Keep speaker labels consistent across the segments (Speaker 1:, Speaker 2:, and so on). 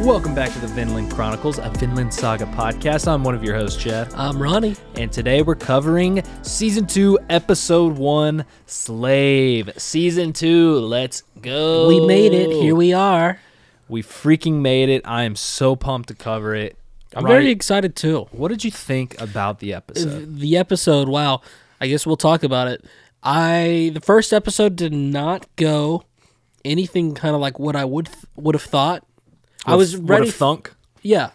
Speaker 1: Welcome back to the Vinland Chronicles, a Vinland Saga podcast. I'm one of your hosts, Chad.
Speaker 2: I'm Ronnie.
Speaker 1: And today we're covering season two, episode one, Slave. Season two, let's go.
Speaker 2: We made it. Here we are.
Speaker 1: We freaking made it. I am so pumped to cover it.
Speaker 2: I'm
Speaker 1: Ronnie,
Speaker 2: very excited too.
Speaker 1: What did you think about the episode?
Speaker 2: The episode, wow. I guess we'll talk about it. I the first episode did not go anything kind of like what I would would have thought. I was
Speaker 1: What a
Speaker 2: ready.
Speaker 1: thunk.
Speaker 2: yeah,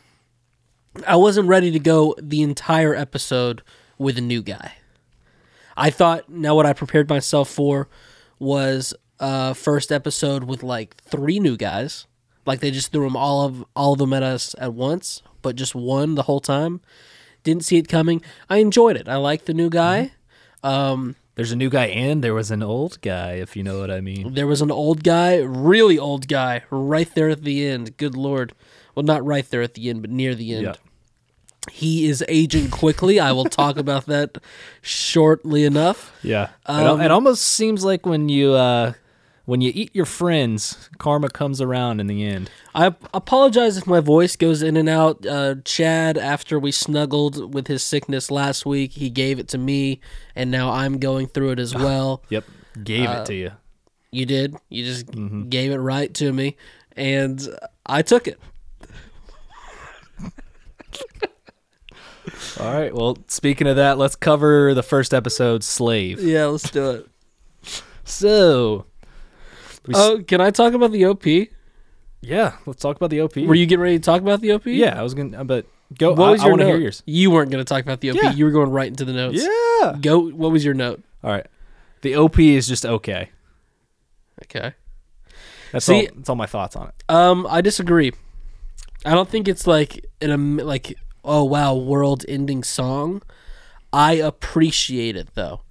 Speaker 2: I wasn't ready to go the entire episode with a new guy. I thought now what I prepared myself for was uh first episode with like three new guys. Like they just threw them all of all of them at us at once, but just one the whole time. Didn't see it coming. I enjoyed it. I liked the new guy.
Speaker 1: There's a new guy and there was an old guy, if you know what I mean.
Speaker 2: There was an old guy, really old guy, right there at the end. Good lord. Well, not right there at the end, but near the end.
Speaker 1: Yeah.
Speaker 2: He is aging quickly. I will talk about that shortly enough.
Speaker 1: Yeah.
Speaker 2: Um,
Speaker 1: it, it almost seems like when you uh when you eat your friends, karma comes around in the end.
Speaker 2: I apologize if my voice goes in and out. Uh, Chad, after we snuggled with his sickness last week, he gave it to me, and now I'm going through it as well.
Speaker 1: Yep. Gave it
Speaker 2: Uh,
Speaker 1: to you.
Speaker 2: You did. You just
Speaker 1: Mm-hmm.
Speaker 2: gave it right to me, and I took it.
Speaker 1: All right. Well, speaking of that, let's cover the first episode, Slave.
Speaker 2: Yeah, let's do it.
Speaker 1: So, We s-
Speaker 2: Oh, can I talk about the OP?
Speaker 1: yeah, let's talk about the OP.
Speaker 2: Were you getting ready to talk about the OP?
Speaker 1: yeah, I was going to, but go.
Speaker 2: What
Speaker 1: I,
Speaker 2: was your
Speaker 1: want to
Speaker 2: note?
Speaker 1: hear yours.
Speaker 2: You weren't going to talk about the OP.
Speaker 1: Yeah.
Speaker 2: You were going right into the notes.
Speaker 1: Yeah.
Speaker 2: Go. What was your note?
Speaker 1: All right. The OP is just okay.
Speaker 2: Okay.
Speaker 1: That's,
Speaker 2: See-
Speaker 1: all, that's all my thoughts on it.
Speaker 2: Um, I disagree. I don't think it's like an am- like oh wow world-ending song. I appreciate it though,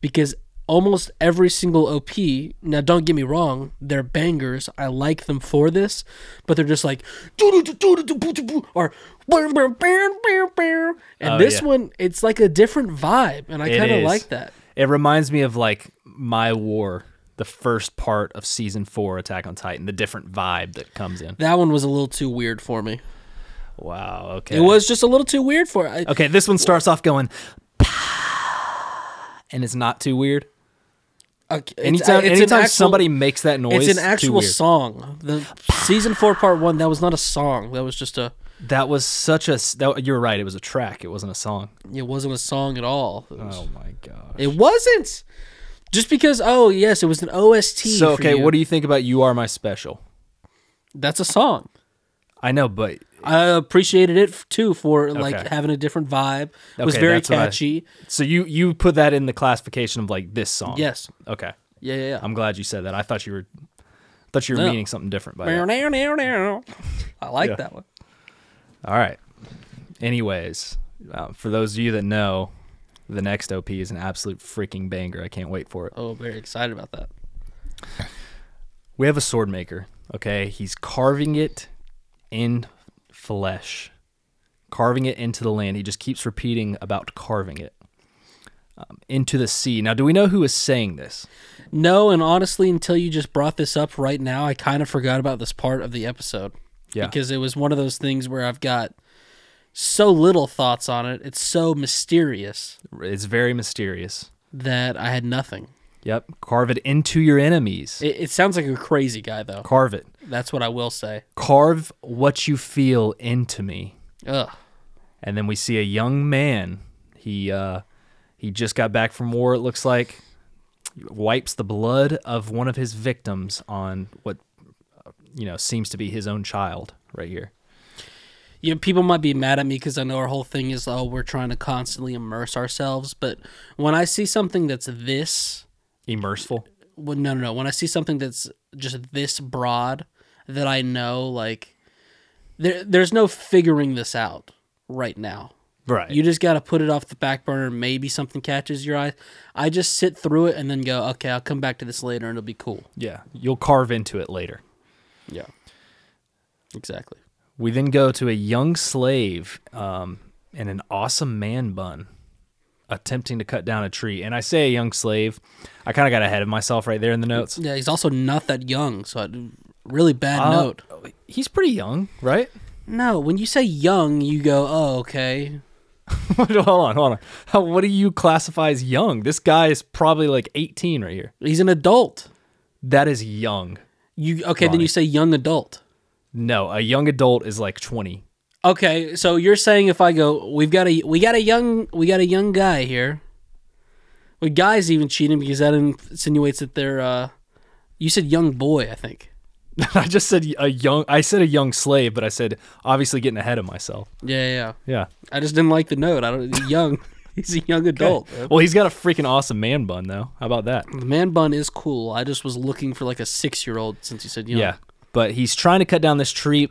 Speaker 2: because almost every single OP. Now, don't get me wrong; they're bangers. I like them for this, but they're just like "Doo-doo-doo-doo-doo-boo-doo-boo," or and
Speaker 1: Oh,
Speaker 2: this
Speaker 1: yeah.
Speaker 2: one, it's like a different vibe, and I
Speaker 1: It
Speaker 2: kind of
Speaker 1: is.
Speaker 2: like that.
Speaker 1: It reminds me of like My War, the first part of season four, Attack on Titan, the different vibe that comes in.
Speaker 2: That one was a little too weird for me.
Speaker 1: Wow. Okay.
Speaker 2: It was just a little too weird for I,
Speaker 1: Okay. This one starts off going, and it's not too weird.
Speaker 2: Okay, it's-
Speaker 1: Anytime,
Speaker 2: it's an
Speaker 1: anytime
Speaker 2: actual-
Speaker 1: somebody makes that noise,
Speaker 2: it's an
Speaker 1: too
Speaker 2: actual
Speaker 1: weird.
Speaker 2: song. The season four, part one, that was not a song. That was just a.
Speaker 1: That was such a. s- That, you're right. It was a track. It wasn't a song.
Speaker 2: It wasn't a song at all. It, was,
Speaker 1: Oh my god.
Speaker 2: it wasn't. Just because, oh yes, it was an OST.
Speaker 1: So okay, what do you think about "You Are My Special"?
Speaker 2: That's a song.
Speaker 1: I know, but
Speaker 2: I appreciated it f- too for like
Speaker 1: Okay.
Speaker 2: having a different vibe. It was
Speaker 1: Okay,
Speaker 2: very
Speaker 1: that's what I-
Speaker 2: catchy.
Speaker 1: so you you put that in the classification of like this song.
Speaker 2: Yes.
Speaker 1: Okay.
Speaker 2: Yeah, yeah, yeah.
Speaker 1: I'm glad you said that. I thought you were thought you were
Speaker 2: No.
Speaker 1: meaning something different by that.
Speaker 2: I like
Speaker 1: Yeah.
Speaker 2: that one.
Speaker 1: All right. Anyways, uh, for those of you that know, the next OP is an absolute freaking banger. I can't wait for it.
Speaker 2: Oh, very excited about that.
Speaker 1: We have a sword maker, okay? He's carving it in flesh, carving it into the land. He just keeps repeating about carving it um, into the sea. Now, do we know who is saying this?
Speaker 2: No, and honestly, until you just brought this up right now, I kind of forgot about this part of the episode.
Speaker 1: Yeah.
Speaker 2: Because it was one of those things where I've got so little thoughts on it. It's so mysterious
Speaker 1: It's very mysterious.
Speaker 2: that I had nothing.
Speaker 1: Yep. Carve it into your enemies.
Speaker 2: It, it sounds like a crazy guy, though.
Speaker 1: Carve it.
Speaker 2: That's what I will say.
Speaker 1: Carve what you feel into me.
Speaker 2: Ugh.
Speaker 1: and then we see a young man. He uh, he just got back from war. It looks like wipes the blood of one of his victims on what uh, you know seems to be his own child right here.
Speaker 2: You know, people might be mad at me because I know our whole thing is, oh, we're trying to constantly immerse ourselves. But when I see something that's this,
Speaker 1: Immerseful.
Speaker 2: well, no, no, no. When I see something that's just this broad, that I know, like, there, there's no figuring this out right now.
Speaker 1: Right.
Speaker 2: You just got to put it off the back burner. Maybe something catches your eye. I just sit through it and then go, okay, I'll come back to this later and it'll be cool.
Speaker 1: yeah. You'll carve into it later.
Speaker 2: Yeah. Exactly.
Speaker 1: We then go to a young slave um, and an awesome man bun attempting to cut down a tree. And I say a young slave. I kind of got ahead of myself right there in the notes.
Speaker 2: Yeah, he's also not that young, so I, really bad
Speaker 1: Uh,
Speaker 2: note.
Speaker 1: He's pretty young, right?
Speaker 2: No, when you say young, you go, oh, okay.
Speaker 1: hold on, hold on. How, what do you classify as young? This guy is probably like 18 right here.
Speaker 2: He's an adult.
Speaker 1: That is young.
Speaker 2: You okay? Then
Speaker 1: Ronnie.
Speaker 2: you say young adult.
Speaker 1: No, a young adult is like 20.
Speaker 2: Okay, so you're saying if I go, we've got a we got a young we got a young guy here. Well, guys even cheating because that insinuates that they're. uh You said young boy, I think.
Speaker 1: I just said a young. I said a young slave, but I said obviously getting ahead of myself.
Speaker 2: Yeah, yeah, yeah.
Speaker 1: Yeah.
Speaker 2: I just didn't like the note. I don't young. He's a young adult.
Speaker 1: Well, he's got a freaking awesome man bun though. How about that?
Speaker 2: The man bun is cool. I just was looking for like a six year old since you said young.
Speaker 1: Yeah. But he's trying to cut down this tree.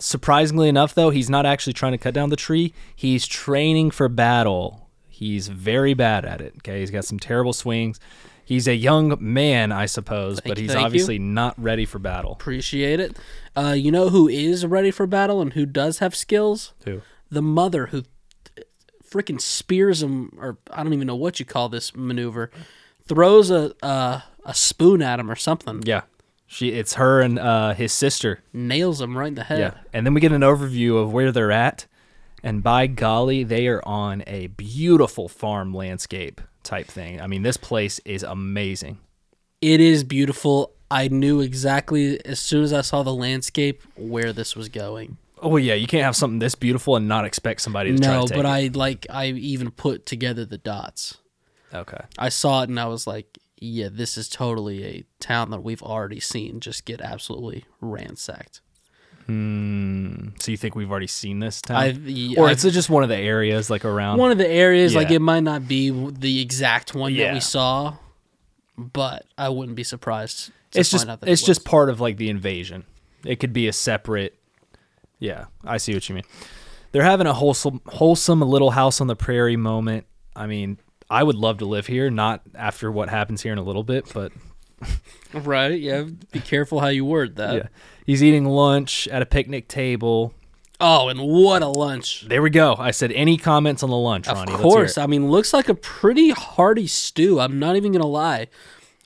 Speaker 1: Surprisingly enough, though, he's not actually trying to cut down the tree. He's training for battle. He's very bad at it. Okay. He's got some terrible swings. He's a young man, I suppose, but he's
Speaker 2: thank you.
Speaker 1: obviously not ready for battle.
Speaker 2: Appreciate it. Uh, you know who is ready for battle and who does have skills?
Speaker 1: Who?
Speaker 2: The mother who freaking spears him, or I don't even know what you call this maneuver, throws a uh, a spoon at him or something,
Speaker 1: Yeah. She. It's her and uh, his sister.
Speaker 2: nails him right in the head.
Speaker 1: Yeah. And then we get an overview of where they're at. And by golly, they are on a beautiful farm landscape type thing. I mean, this place is amazing.
Speaker 2: It is beautiful. I knew exactly as soon as I saw the landscape where this was going.
Speaker 1: Oh yeah, you can't have something this beautiful and not expect somebody to try
Speaker 2: No,
Speaker 1: to take
Speaker 2: but
Speaker 1: it.
Speaker 2: I like I even put together the dots.
Speaker 1: okay.
Speaker 2: I saw it and I was like, yeah, this is totally a town that we've already seen just get absolutely ransacked.
Speaker 1: So you think we've already seen this town,
Speaker 2: I've- y-
Speaker 1: or
Speaker 2: I've-
Speaker 1: it's just one of the areas like around?
Speaker 2: One of the areas, like
Speaker 1: Yeah.
Speaker 2: it might not be the exact one that
Speaker 1: Yeah.
Speaker 2: we saw, but I wouldn't be surprised. To
Speaker 1: it's
Speaker 2: find
Speaker 1: just
Speaker 2: out that it
Speaker 1: it's
Speaker 2: was.
Speaker 1: just part of like the invasion. It could be a separate. Yeah, I see what you mean. They're having a wholesome wholesome little house on the prairie moment. I mean, I would love to live here, not after what happens here in a little bit, but
Speaker 2: right. Yeah, be careful how you word that.
Speaker 1: yeah. He's eating lunch at a picnic table.
Speaker 2: Oh, and what a lunch!
Speaker 1: There we go. I said any comments on the lunch,
Speaker 2: Of
Speaker 1: Ronnie. Let's hear it.
Speaker 2: course, I mean, looks like a pretty hearty stew. I'm not even gonna lie.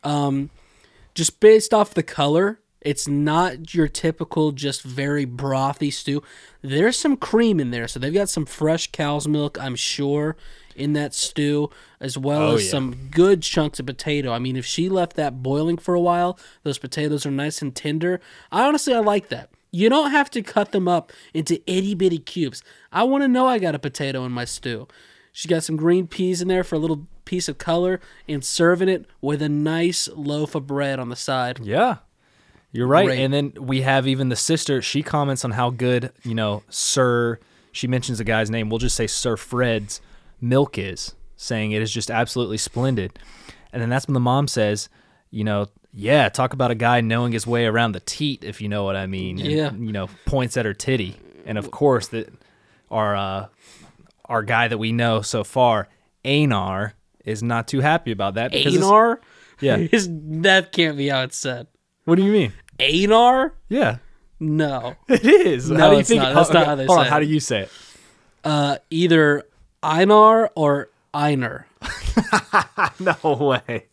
Speaker 2: Um, just based off the color, it's not your typical just very brothy stew. There's some cream in there, so they've got some fresh cow's milk, I'm sure, in that stew, as well
Speaker 1: Oh,
Speaker 2: as
Speaker 1: yeah.
Speaker 2: some good chunks of potato. I mean, if she left that boiling for a while, those potatoes are nice and tender. I honestly, I like that. You don't have to cut them up into itty bitty cubes. I want to know I got a potato in my stew. She's got some green peas in there for a little piece of color and serving it with a nice loaf of bread on the side.
Speaker 1: Yeah. You're right.
Speaker 2: Great.
Speaker 1: And then we have even the sister, she comments on how good, you know, Sir, she mentions the guy's name. We'll just say Sir Fred's milk is, saying it is just absolutely splendid. And then that's when the mom says, you know, yeah, talk about a guy knowing his way around the teat, if you know what I mean. And,
Speaker 2: Yeah.
Speaker 1: You know, points at her titty. And of course, that our uh, our guy that we know so far, Anar, is not too happy about that. because it's-
Speaker 2: Anar?
Speaker 1: Yeah.
Speaker 2: Is- that can't be how it's said.
Speaker 1: What do you mean?
Speaker 2: Anar?
Speaker 1: Yeah.
Speaker 2: No.
Speaker 1: It is.
Speaker 2: No, it's not. That's not how they
Speaker 1: hold
Speaker 2: say
Speaker 1: on. How
Speaker 2: it.
Speaker 1: do you say it?
Speaker 2: Uh, either Einar or Einar.
Speaker 1: No way.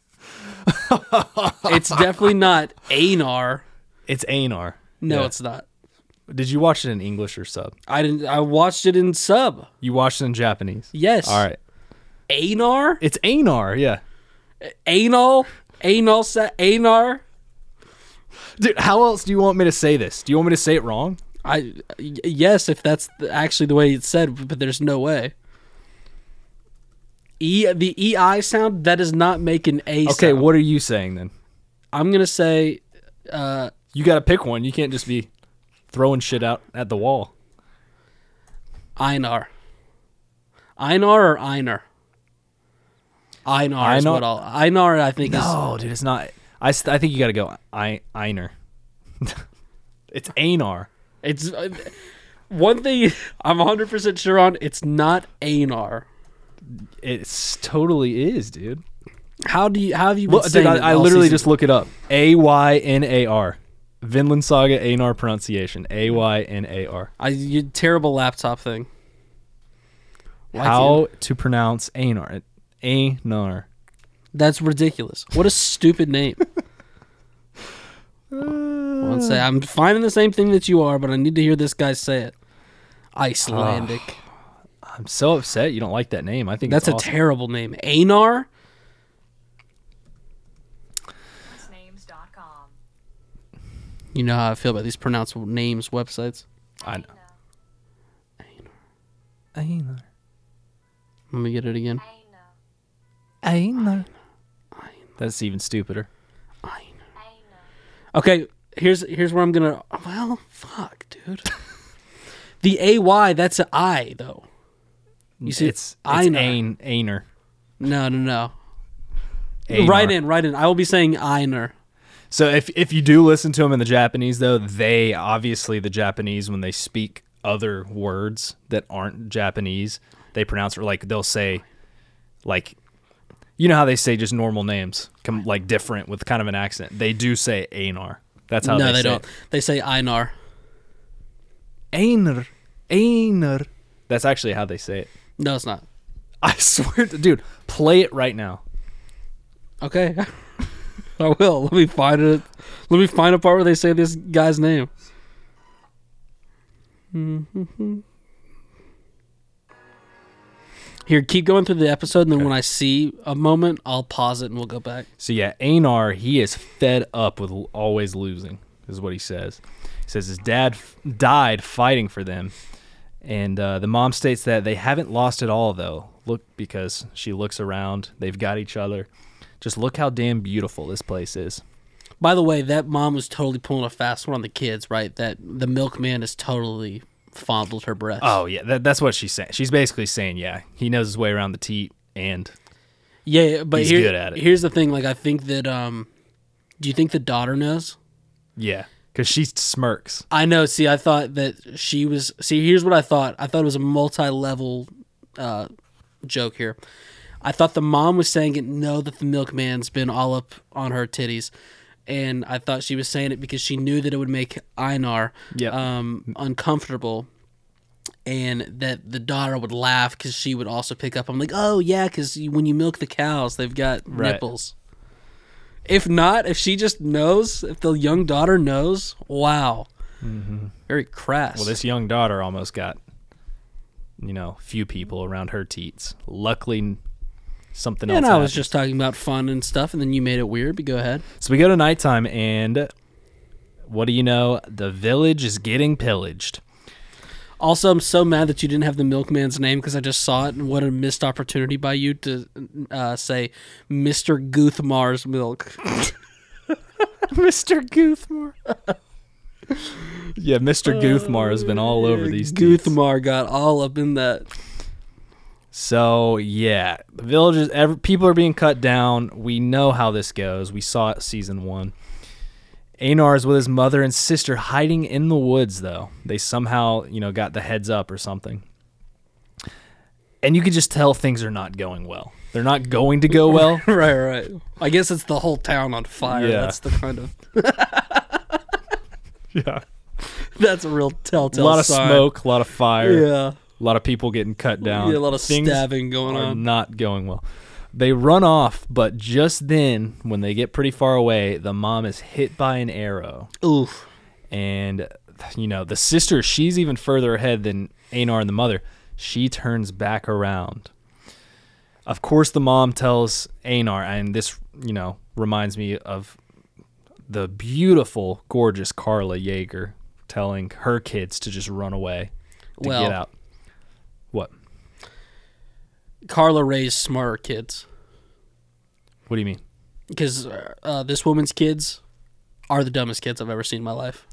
Speaker 2: It's definitely not Einar.
Speaker 1: It's Anar.
Speaker 2: No,
Speaker 1: Yeah.
Speaker 2: it's not.
Speaker 1: Did you watch it in English or sub?
Speaker 2: I didn't. I watched it in sub.
Speaker 1: You watched it in Japanese.
Speaker 2: Yes.
Speaker 1: All right.
Speaker 2: Einar.
Speaker 1: It's Anar. Yeah.
Speaker 2: Anal. Anal. Sa- Einar.
Speaker 1: Dude, how else do you want me to say this? Do you want me to say it wrong?
Speaker 2: I y- yes, if that's the, actually the way it's said, but there's no way. E the e i sound that does not make an a.
Speaker 1: Okay.
Speaker 2: sound.
Speaker 1: What are you saying then?
Speaker 2: I'm gonna say, uh,
Speaker 1: You got to pick one. You can't just be throwing shit out at the wall.
Speaker 2: Einar. Einar or Einar. Einar is
Speaker 1: Einar-
Speaker 2: what I'll. Einar, I think is.
Speaker 1: No, dude, it's not. I, st- I think you got to go I- Einar. it's Anar.
Speaker 2: It's uh, one thing I'm 100 percent sure on. It's not Einar.
Speaker 1: It's totally is, dude.
Speaker 2: How do you? How have you? Been
Speaker 1: Well, dude,
Speaker 2: saying it
Speaker 1: I, I
Speaker 2: all
Speaker 1: literally
Speaker 2: season?
Speaker 1: just look it up. A Y N A R. Vinland Saga Anar pronunciation. A Y N A R.
Speaker 2: I you terrible laptop thing. Like you.
Speaker 1: How to pronounce Anar. Anar.
Speaker 2: That's ridiculous. What a stupid name. and say, "I'm finding the same thing that you are, but I need to hear this guy say it." Icelandic.
Speaker 1: Ah, I'm so upset you don't like that name. I think
Speaker 2: That's
Speaker 1: it's
Speaker 2: a
Speaker 1: awesome.
Speaker 2: terrible name. Anar.
Speaker 3: Names.com.
Speaker 2: You know how I feel about these pronounceable names websites.
Speaker 1: I know. Einar.
Speaker 2: Let me get it again.
Speaker 1: Einar. That's even stupider.
Speaker 2: Okay, here's here's where I'm gonna. Well, fuck, dude. the ay that's an i though. You see,
Speaker 1: it's, it's
Speaker 2: Einar.
Speaker 1: Ain, Einar.
Speaker 2: No, no, no.
Speaker 1: Einar.
Speaker 2: Right in, right in. I will be saying Einar.
Speaker 1: So if if you do listen to them in the Japanese though, they obviously the Japanese when they speak other words that aren't Japanese, they pronounce it like they'll say like you know how they say just normal names, com- like different with kind of an accent. They do say Einar. That's how
Speaker 2: No,
Speaker 1: they,
Speaker 2: they,
Speaker 1: say
Speaker 2: don't.
Speaker 1: it.
Speaker 2: They say Einar.
Speaker 1: Einar. Einar. That's actually how they say it.
Speaker 2: No, it's not.
Speaker 1: I swear to dude, play it right now.
Speaker 2: Okay. I will. Let me find it. Let me find a part where they say this guy's name. Mm-hmm. Here, keep going through the episode, and then when I see a moment, I'll pause it and we'll go back.
Speaker 1: So yeah, Einar, he is fed up with l- always losing, is what he says. He says his dad f- died fighting for them, and uh, the mom states that they haven't lost at all though. Look, because she looks around, they've got each other. Just look how damn beautiful this place is.
Speaker 2: By the way, that mom was totally pulling a fast one on the kids, right? That the milkman has totally fondled her breasts.
Speaker 1: Oh yeah, that, that's what she's saying. She's basically saying, yeah, he knows his way around the teat, and
Speaker 2: Yeah, but
Speaker 1: He's
Speaker 2: here-
Speaker 1: good at it.
Speaker 2: here's the thing. Like, I think that. um Do you think the daughter knows?
Speaker 1: yeah, because she smirks.
Speaker 2: I know. See, I thought that she was. See, here's what I thought. I thought it was a multi-level uh, joke here. I thought the mom was saying it. No, that the milkman's been all up on her titties, and I thought she was saying it because she knew that it would make Einar
Speaker 1: Yep.
Speaker 2: um, uncomfortable. And that the daughter would laugh because she would also pick up. I'm like, oh yeah, because when you milk the cows, they've got
Speaker 1: Right.
Speaker 2: nipples. If not, if she just knows, if the young daughter knows, wow, very crass.
Speaker 1: Mm-hmm. Well, this young daughter almost got, you know, few people around her teats. Luckily, something else.
Speaker 2: and I was
Speaker 1: happened.
Speaker 2: just talking about fun and stuff, and then you made it weird. But go ahead.
Speaker 1: So we go to nighttime, and what do you know? The village is getting pillaged.
Speaker 2: Also, I'm so mad that you didn't have the milkman's name because I just saw it, and what a missed opportunity by you to uh, say Mr. Guthmar's milk.
Speaker 1: Mr. Goothmore. yeah, Mr. Goothmore has been all over these teats.
Speaker 2: Oh, Guthmar got all up in that.
Speaker 1: So yeah, the villages, ev people are being cut down. We know how this goes. We saw it season one. Einar is with his mother and sister hiding in the woods. Though they somehow, you know, got the heads up or something. And you could just tell things are not going well. They're not going to go well.
Speaker 2: Right, right. I guess it's the whole town on fire.
Speaker 1: Yeah.
Speaker 2: That's the kind of.
Speaker 1: yeah.
Speaker 2: That's a real
Speaker 1: a
Speaker 2: telltale.
Speaker 1: lot of
Speaker 2: sign.
Speaker 1: smoke, a lot of fire,
Speaker 2: Yeah.
Speaker 1: a lot of people getting cut down.
Speaker 2: Yeah, a lot of
Speaker 1: Things
Speaker 2: stabbing going
Speaker 1: are
Speaker 2: on.
Speaker 1: not going well. They run off, but just then, when they get pretty far away, the mom is hit by an arrow,
Speaker 2: Oof.
Speaker 1: and you know the sister. She's even further ahead than Einar and the mother. She turns back around. Of course, the mom tells Einar, and this you know reminds me of the beautiful, gorgeous Carla Yeager telling her kids to just run away to
Speaker 2: Well,
Speaker 1: get out. What?
Speaker 2: Carla raised smarter kids
Speaker 1: What do you mean?
Speaker 2: because uh, this woman's kids are the dumbest kids I've ever seen in my life.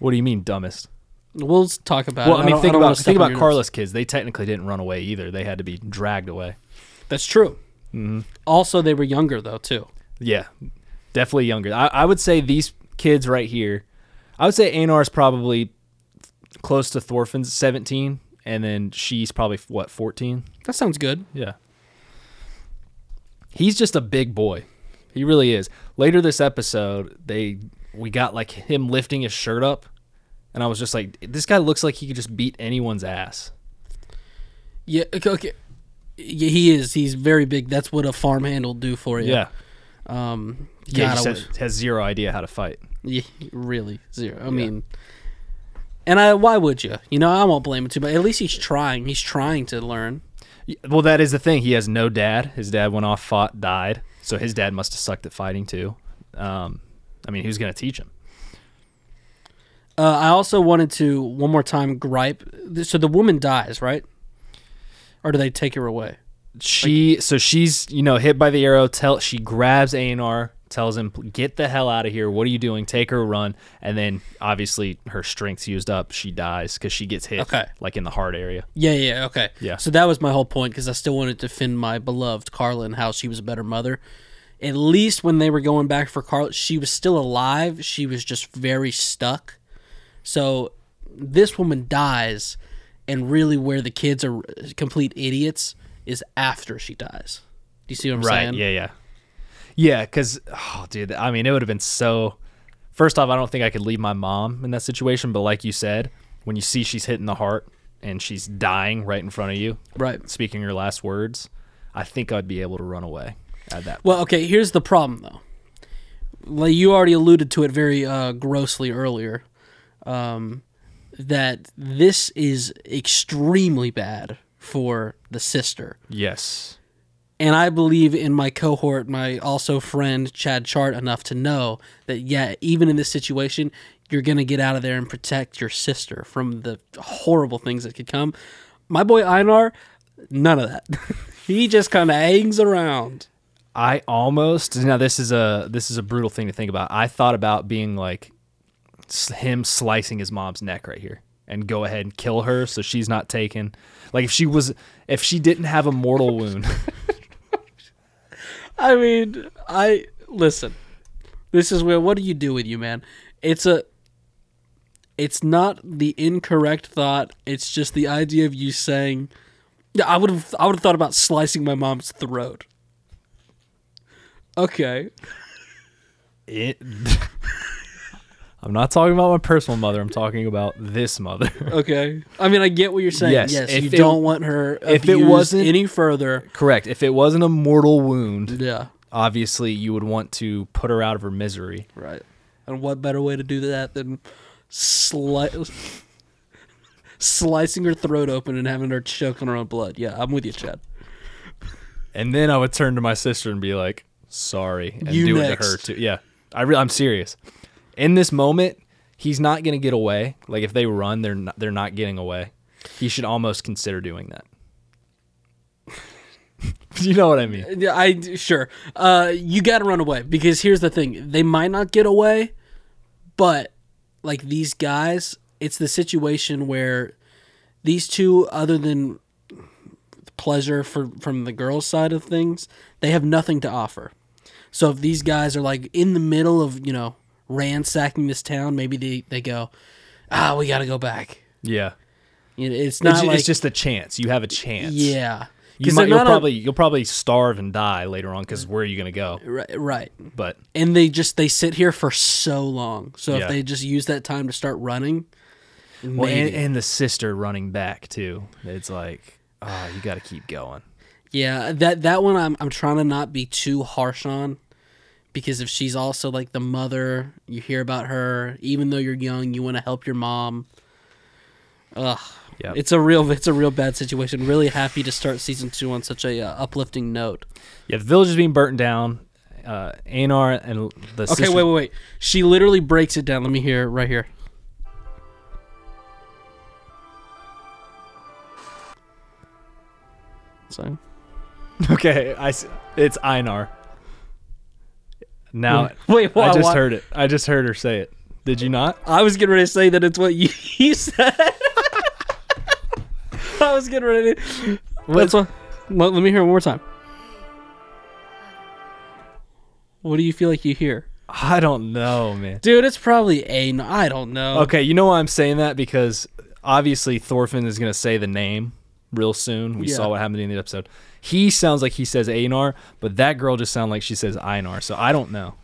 Speaker 1: What do you mean, dumbest?
Speaker 2: We'll s- talk about.
Speaker 1: Well,
Speaker 2: it.
Speaker 1: I mean,
Speaker 2: don't-
Speaker 1: think
Speaker 2: don't wanna
Speaker 1: about
Speaker 2: step
Speaker 1: think
Speaker 2: on
Speaker 1: about
Speaker 2: your
Speaker 1: Carla's kids. They technically didn't run away either. They had to be dragged away.
Speaker 2: nerves. That's true.
Speaker 1: Mm-hmm.
Speaker 2: Also, they were younger though too.
Speaker 1: Yeah, definitely younger. I, I would say these kids right here. I would say Anar's probably close to Thorfinn's seventeen, and then she's probably what fourteen.
Speaker 2: That sounds good.
Speaker 1: Yeah. He's just a big boy. He really is. Later this episode, they we got like him lifting his shirt up, and I was just like, this guy looks like he could just beat anyone's ass.
Speaker 2: Yeah. Okay. okay. Yeah, he is. He's very big. That's what a farmhand will do for you.
Speaker 1: Yeah.
Speaker 2: Um.
Speaker 1: Yeah,
Speaker 2: God, I
Speaker 1: he
Speaker 2: wish-
Speaker 1: just has, has zero idea how to fight.
Speaker 2: Yeah, really zero. I mean, and I why would you? You know, I won't blame him too. But at least he's trying. He's trying to learn.
Speaker 1: Y- Well, that is the thing. He has no dad. His dad went off, fought, died. So his dad must have sucked at fighting too. Um, I mean, who's going to teach him?
Speaker 2: Uh, I also wanted to one more time gripe. So the woman dies, right? Or do they take her away?
Speaker 1: She so she's you know hit by the arrow. Tell she grabs Anar, tells him get the hell out of here. What are you doing? Take her, run. And then obviously her strength's used up. She dies because she gets hit
Speaker 2: Okay.
Speaker 1: like in the heart area.
Speaker 2: Yeah, yeah, okay.
Speaker 1: Yeah.
Speaker 2: So that was my whole point because I still wanted to defend my beloved Carla and how she was a better mother. At least when they were going back for Carla, she was still alive. She was just very stuck. So this woman dies, and really where the kids are uh, complete idiots is after she dies. Do you see what I'm
Speaker 1: Right.
Speaker 2: saying?
Speaker 1: Yeah. Yeah. Yeah. Because oh, dude, I mean, it would have been so. First off, I don't think I could leave my mom in that situation. But like you said, when you see she's hitting the heart and she's dying right in front of you,
Speaker 2: Right.
Speaker 1: speaking your last words, I think I'd be able to run away at that.
Speaker 2: Well, okay, here's the problem though. Like you already alluded to it very uh, grossly earlier, um, that this is extremely bad for the sister.
Speaker 1: Yes.
Speaker 2: And I believe in my cohort, my also friend Chad Chart, enough to know that, yeah, even in this situation, you're going to get out of there and protect your sister from the horrible things that could come. My boy Einar, none of that. he just kind of hangs around.
Speaker 1: I almost now this is a this is a brutal thing to think about. I thought about being like s- him slicing his mom's neck right here and go ahead and kill her so she's not taken. Like if she was if she didn't have a mortal wound.
Speaker 2: I mean, I listen. This is where what do you do with you, man? It's a it's not the incorrect thought. It's just the idea of you saying, "Yeah, I would have I would have thought about slicing my mom's throat." Okay.
Speaker 1: It, I'm not talking about my personal mother. I'm talking about this mother.
Speaker 2: Okay. I mean, I get what you're saying. Yes,
Speaker 1: Yes,
Speaker 2: you
Speaker 1: if it-
Speaker 2: don't want her
Speaker 1: if
Speaker 2: if
Speaker 1: it
Speaker 2: it
Speaker 1: wasn't-
Speaker 2: wasn't any further.
Speaker 1: Correct. If it wasn't a mortal wound,
Speaker 2: Yeah.
Speaker 1: obviously you would want to put her out of her misery.
Speaker 2: Right. And what better way to do that than sli- slicing her throat open and having her choke on her own blood? Yeah, I'm with you, Chad.
Speaker 1: And then I would turn to my sister and be like, "Sorry," and
Speaker 2: You
Speaker 1: do it
Speaker 2: next.
Speaker 1: to her too. Yeah, I re- I'm serious. In this moment, he's not gonna get away. Like if they run, they're not, they're not getting away. He should almost consider doing that. you know what I mean?
Speaker 2: Yeah, I sure. Uh, you got to run away because here's the thing: they might not get away, but like these guys, it's the situation where these two, other than pleasure for, from the girls' side of things, they have nothing to offer. So if these guys are like in the middle of you know ransacking this town, maybe they they go, ah, we got to go back.
Speaker 1: Yeah.
Speaker 2: You know, it's
Speaker 1: It's,
Speaker 2: not
Speaker 1: ju-
Speaker 2: like
Speaker 1: it's just a chance. You have a chance.
Speaker 2: yeah.
Speaker 1: You
Speaker 2: 'Cause
Speaker 1: might,
Speaker 2: they're
Speaker 1: you'll
Speaker 2: not a-
Speaker 1: probably you'll probably starve and die later on because where are you gonna go?
Speaker 2: right, right.
Speaker 1: But
Speaker 2: and they just they sit here for so long. So
Speaker 1: Yeah.
Speaker 2: if they just use that time to start running,
Speaker 1: well, and,
Speaker 2: maybe.
Speaker 1: and the sister running back too. It's like, oh, you got to keep going.
Speaker 2: yeah, that that one I'm I'm trying to not be too harsh on because if she's also like the mother, you hear about her, even though you're young, you want to help your mom. Ugh,
Speaker 1: Yeah.
Speaker 2: it's a real it's a real bad situation. Really happy to start season two on such a uh, uplifting note.
Speaker 1: Yeah, the village is being burnt down. Uh, Anar and the
Speaker 2: Okay,
Speaker 1: sister.
Speaker 2: wait, wait, wait. She literally breaks it down. Let me hear it right here. So,
Speaker 1: Okay, I s- it's Einar. Now,
Speaker 2: Wait, why-
Speaker 1: I just
Speaker 2: why-
Speaker 1: heard it. I just heard her say it. Did you not?
Speaker 2: I was getting ready to say that it's what you, you said. I was getting ready. To, that's what, let, let me hear it one more time. What do you feel like you hear,
Speaker 1: I don't know, man.
Speaker 2: dude? It's probably a. I don't know.
Speaker 1: Okay, you know why I'm saying that because obviously Thorfinn is gonna say the name real soon. We
Speaker 2: Yeah.
Speaker 1: saw what happened in the episode. He sounds like he says Einar, but that girl just sounds like she says Einar. So I don't know.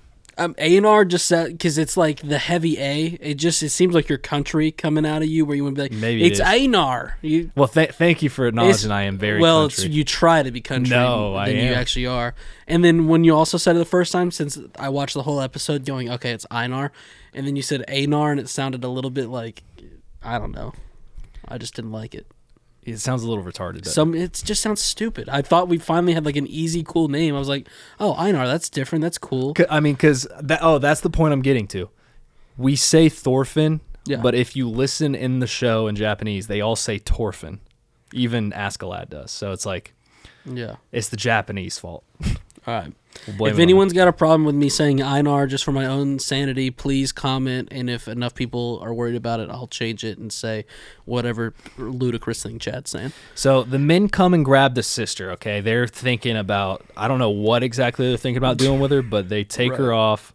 Speaker 2: Um, A and R just because it's like the heavy A. It just it seems like your country coming out of you, where you want to be like,
Speaker 1: Maybe it
Speaker 2: it's
Speaker 1: is.
Speaker 2: A and R. You
Speaker 1: Well, th- thank you for acknowledging I am very
Speaker 2: well,
Speaker 1: country.
Speaker 2: it's you try to be country
Speaker 1: No, I
Speaker 2: than you
Speaker 1: am.
Speaker 2: actually are. And then when you also said it the first time, since I watched the whole episode, going okay, it's Einar, and then you said Anar, and it sounded a little bit like I don't know. I just didn't like it.
Speaker 1: it sounds a little retarded. Though.
Speaker 2: Some it just sounds stupid. I thought we finally had like an easy, cool name. I was like, oh, Einar, that's different. That's cool.
Speaker 1: C- I mean, because that. Oh, that's the point I'm getting to. We say Thorfinn,
Speaker 2: Yeah.
Speaker 1: but if you listen in the show in Japanese, they all say Torfin. Even Askeladd does. So it's like
Speaker 2: Yeah.
Speaker 1: it's the Japanese fault.
Speaker 2: All right.
Speaker 1: We'll blame it
Speaker 2: if
Speaker 1: on
Speaker 2: anyone's got a problem with me saying Einar just for my own sanity, please comment. And if enough people are worried about it, I'll change it and say whatever ludicrous thing Chad's saying.
Speaker 1: them. So the men come and grab the sister. Okay, they're thinking about. I don't know what exactly they're thinking about doing with her, but they take her off.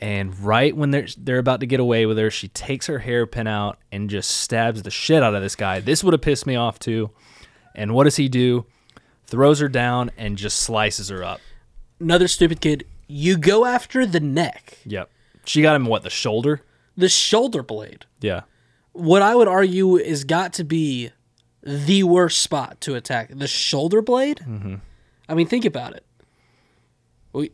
Speaker 1: And right when they're they're about to get away with her, she takes her hairpin out and just stabs the shit out of this guy. This would have pissed me off too. And what does he do? Throws her down and just slices her up.
Speaker 2: Another stupid kid. You go after the neck,
Speaker 1: Yep. She got him what the shoulder.
Speaker 2: the shoulder blade.
Speaker 1: Yeah.
Speaker 2: What I would argue is got to be the worst spot to attack the shoulder blade. Mm-hmm. I mean, think about it. We,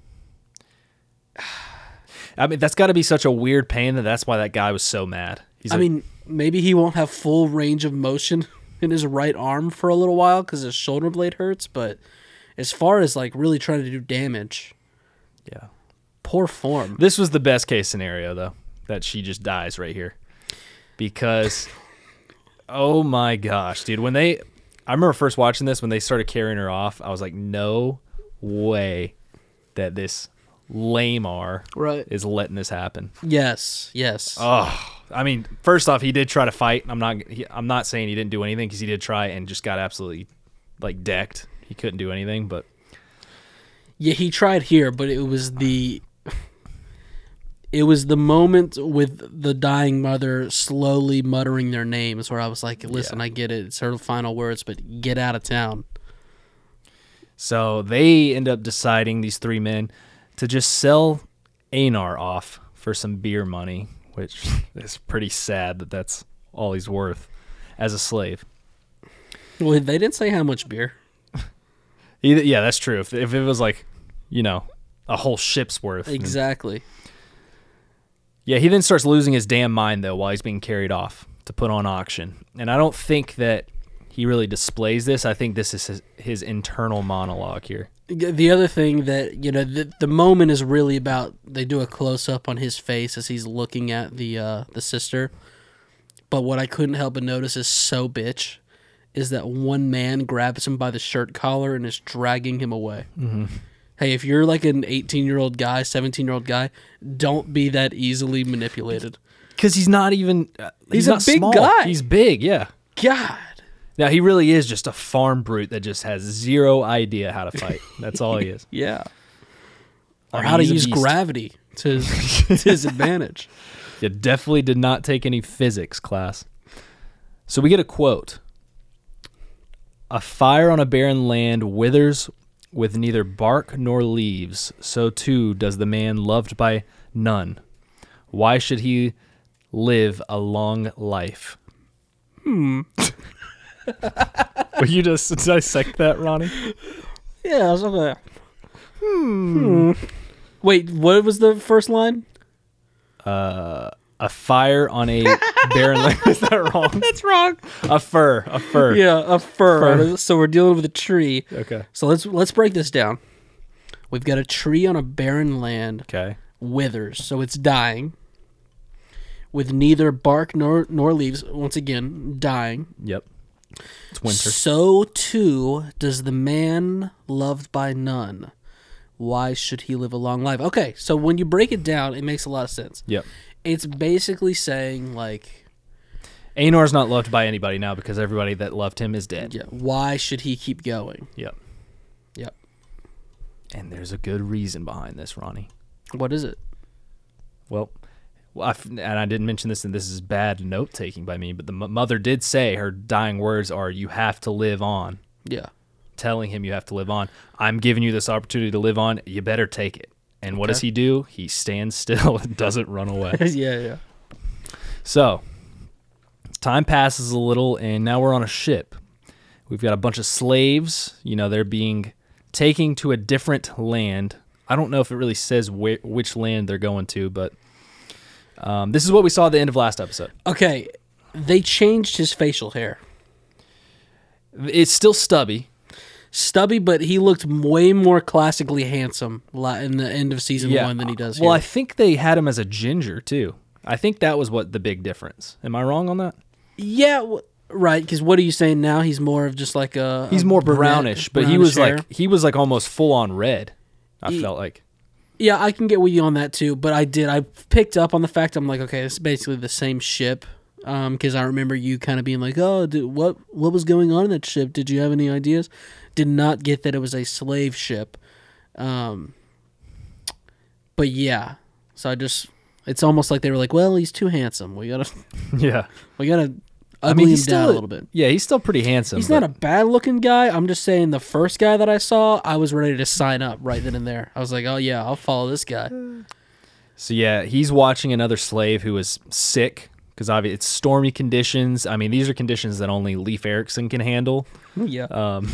Speaker 1: I mean, that's got to be such a weird pain that that's why that guy was so mad. He's
Speaker 2: I
Speaker 1: like,
Speaker 2: mean, maybe he won't have full range of motion in his right arm for a little while because his shoulder blade hurts. But as far as like really trying to do damage,
Speaker 1: yeah.
Speaker 2: poor form.
Speaker 1: This was the best case scenario though, that she just dies right here. Because oh my gosh, dude, when they I remember first watching this when they started carrying her off, I was like, no way that this lame R
Speaker 2: Right.
Speaker 1: is letting this happen.
Speaker 2: Yes. Yes.
Speaker 1: Oh, I mean, first off, he did try to fight. I'm not. He, I'm not saying he didn't do anything because he did try and just got absolutely like decked. He couldn't do anything. But
Speaker 2: yeah, he tried here, but it was the. It was the moment with the dying mother slowly muttering their names where I was like, listen, I get it. It's her final words, but get out of town.
Speaker 1: so they end up deciding these three men to just sell Anar off for some beer money, which is pretty sad that that's all he's worth as a slave.
Speaker 2: Well, they didn't say how much beer.
Speaker 1: Either, yeah, that's true. If, if it was like, you know, a whole ship's worth, then-
Speaker 2: Exactly.
Speaker 1: Yeah, he then starts losing his damn mind though while he's being carried off to put on auction. And I don't think that he really displays this. I think this is his, his internal monologue here.
Speaker 2: the other thing that you know the, the moment is really about they do a close up on his face as he's looking at the uh, the sister but what i couldn't help but notice is so bitch is that one man grabs him by the shirt collar and is dragging him away hey if you're like an 18 year old guy 17 year old guy don't be that easily manipulated
Speaker 1: Cuz he's not even uh, he's,
Speaker 2: He's a
Speaker 1: not
Speaker 2: big
Speaker 1: small.
Speaker 2: guy.
Speaker 1: He's big, yeah.
Speaker 2: god
Speaker 1: Now he really is just a farm brute that just has zero idea how to fight. That's all he is.
Speaker 2: yeah
Speaker 1: I
Speaker 2: or
Speaker 1: mean,
Speaker 2: how to
Speaker 1: he's a
Speaker 2: use
Speaker 1: beast.
Speaker 2: gravity to his, to his advantage
Speaker 1: You definitely did not take any physics class. So we get a quote. A fire on a barren land withers with neither bark nor leaves, so too does the man loved by none. Why should he live a long life? Hmm. Will you just dissect that, Ronnie?
Speaker 2: Yeah, I was over there. Hmm. Wait, what was the first line?
Speaker 1: A fire on a barren land. Is that wrong?
Speaker 2: That's wrong.
Speaker 1: A fur. A fur.
Speaker 2: Yeah, a fir.
Speaker 1: Fir.
Speaker 2: So we're dealing with a tree.
Speaker 1: Okay.
Speaker 2: So let's let's break this down. We've got a tree on a barren land
Speaker 1: Okay.
Speaker 2: withers, so it's dying. With neither bark nor nor leaves, once again, dying.
Speaker 1: Yep. It's winter.
Speaker 2: So too does the man loved by none. Why should he live a long life? Okay, so when you break it down, it makes a lot of sense.
Speaker 1: Yep.
Speaker 2: It's basically saying like
Speaker 1: Anor's not loved by anybody now because everybody that loved him is dead.
Speaker 2: Yeah. Why should he keep going?
Speaker 1: Yep.
Speaker 2: Yep.
Speaker 1: And there's a good reason behind this, Ronnie.
Speaker 2: What is it?
Speaker 1: Well, well, I f- and I didn't mention this, and this is bad note taking by me, but the m- mother did say her dying words are, You have to live on.
Speaker 2: Yeah.
Speaker 1: Telling him you have to live on. I'm giving you this opportunity to live on. You better take it. And what does he do? He stands still and doesn't run away.
Speaker 2: yeah, yeah.
Speaker 1: So, time passes a little, and now we're on a ship. We've got a bunch of slaves. You know, they're being taken to a different land. I don't know if it really says where, which land they're going to, but um, this is what we saw at the end of last episode.
Speaker 2: Okay, they changed his facial hair.
Speaker 1: It's still stubby.
Speaker 2: Stubby, but he looked way more classically handsome li- in the end of season one than he does
Speaker 1: Well, I
Speaker 2: here.
Speaker 1: think they had him as a ginger too. I think that was what the big difference. Am I wrong on that?
Speaker 2: yeah, w- right. Because what are you saying now? He's more of just like a.
Speaker 1: He's
Speaker 2: a
Speaker 1: more
Speaker 2: brunette-
Speaker 1: brownish, but he
Speaker 2: brownish
Speaker 1: was
Speaker 2: hair.
Speaker 1: like he was like almost full on red. I
Speaker 2: Ye-
Speaker 1: felt like.
Speaker 2: Yeah, I can get with you on that too, but I did. I picked up on the fact I'm like, okay, this is basically the same ship. Because I remember you kind of being like, oh, dude, what what was going on in that ship? Did you have any ideas? Did not get that it was a slave ship. Um, but yeah, so I just it's almost like they were like, well, he's too handsome. We gotta
Speaker 1: Yeah.
Speaker 2: we gotta ugly
Speaker 1: I mean,
Speaker 2: him
Speaker 1: he's still
Speaker 2: down a little bit.
Speaker 1: Yeah, he's still pretty handsome.
Speaker 2: He's
Speaker 1: but-
Speaker 2: not a bad looking guy. I'm just saying the first guy that I saw, I was ready to sign up right then and there. I was like, oh yeah, I'll follow this guy.
Speaker 1: So yeah, he's watching another slave who is sick because obviously it's stormy conditions. I mean, these are conditions that only Leif Erikson can handle
Speaker 2: Yeah.
Speaker 1: um,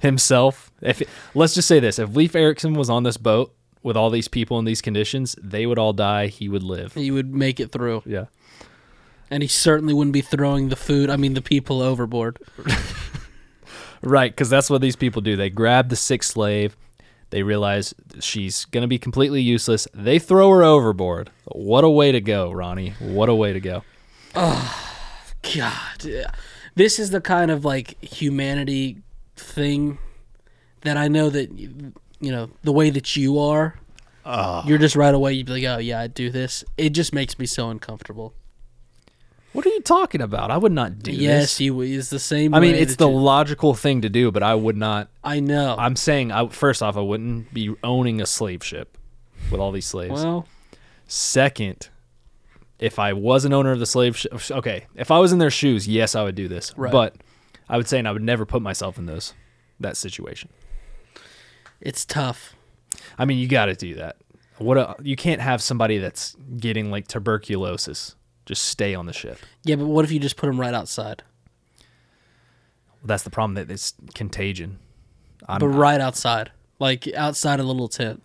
Speaker 1: himself. If let's just say this: if Leif Erikson was on this boat with all these people in these conditions, they would all die. He would live.
Speaker 2: he would make it through,
Speaker 1: Yeah.
Speaker 2: and he certainly wouldn't be throwing the food. I mean, the people overboard.
Speaker 1: Right, because that's what these people do. They grab the sick slave. They realize she's going to be completely useless. They throw her overboard. What a way to go, Ronnie. What a way to go.
Speaker 2: God, yeah. this is the kind of like humanity thing that I know that you know the way that you are.
Speaker 1: Ah.
Speaker 2: You're just right away. You'd be like, "Oh yeah, I do this." It just makes me so uncomfortable.
Speaker 1: What are you talking about? I would not do
Speaker 2: yes,
Speaker 1: this.
Speaker 2: you is the same.
Speaker 1: I mean,
Speaker 2: way
Speaker 1: it's
Speaker 2: that
Speaker 1: the
Speaker 2: you-
Speaker 1: logical thing to do, but I would not.
Speaker 2: I know.
Speaker 1: I'm saying, I, first off, I wouldn't be owning a slave ship with all these slaves.
Speaker 2: well,
Speaker 1: Second, if I was an owner of the slave ship, okay, if I was in their shoes, yes, I would do this.
Speaker 2: Right.
Speaker 1: But I would say, and I would never put myself in those that situation.
Speaker 2: it's tough.
Speaker 1: I mean, you got to do that. What a, you can't have somebody that's getting like tuberculosis just stay on the ship.
Speaker 2: Yeah, but what if you just put them right outside?
Speaker 1: That's the problem. That it's contagion. I'm,
Speaker 2: But right outside, like outside a little tent.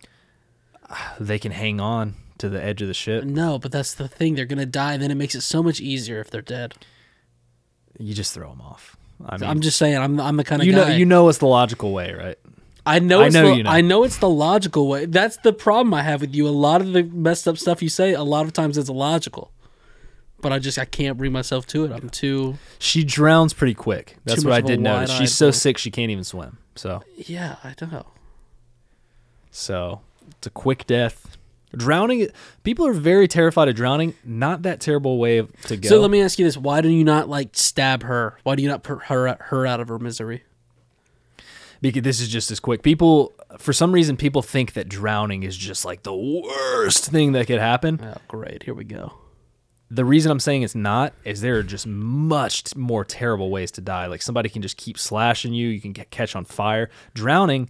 Speaker 1: they can hang on to the edge of the ship.
Speaker 2: No, but that's the thing. They're gonna die. Then it makes it so much easier if they're dead.
Speaker 1: You just throw them off. I mean,
Speaker 2: I'm just saying. I'm I'm the kind of
Speaker 1: you
Speaker 2: guy.
Speaker 1: know, you know, it's the logical way, right?
Speaker 2: I know.
Speaker 1: I
Speaker 2: It's
Speaker 1: know
Speaker 2: the,
Speaker 1: you know.
Speaker 2: I know it's the logical way. That's the problem I have with you. A lot of the messed up stuff you say, a lot of times it's illogical. But I just I can't bring myself to it. I'm too.
Speaker 1: She drowns pretty quick. That's
Speaker 2: Too
Speaker 1: what
Speaker 2: much
Speaker 1: I
Speaker 2: of a
Speaker 1: did notice.
Speaker 2: wide-eyed
Speaker 1: She's so
Speaker 2: boy.
Speaker 1: sick she can't even swim. So,
Speaker 2: Yeah, I don't know.
Speaker 1: so it's a quick death. Drowning. People are very terrified of drowning. Not that terrible way of- to go.
Speaker 2: So let me ask you this: Why do you not like stab her? Why do you not put her her out of her misery?
Speaker 1: because this is just as quick. People, for some reason, people think that drowning is just like the worst thing that could happen.
Speaker 2: Oh, great! Here we go.
Speaker 1: The reason I'm saying it's not is there are just much t- more terrible ways to die. Like somebody can just keep slashing you, you can get, catch on fire. Drowning,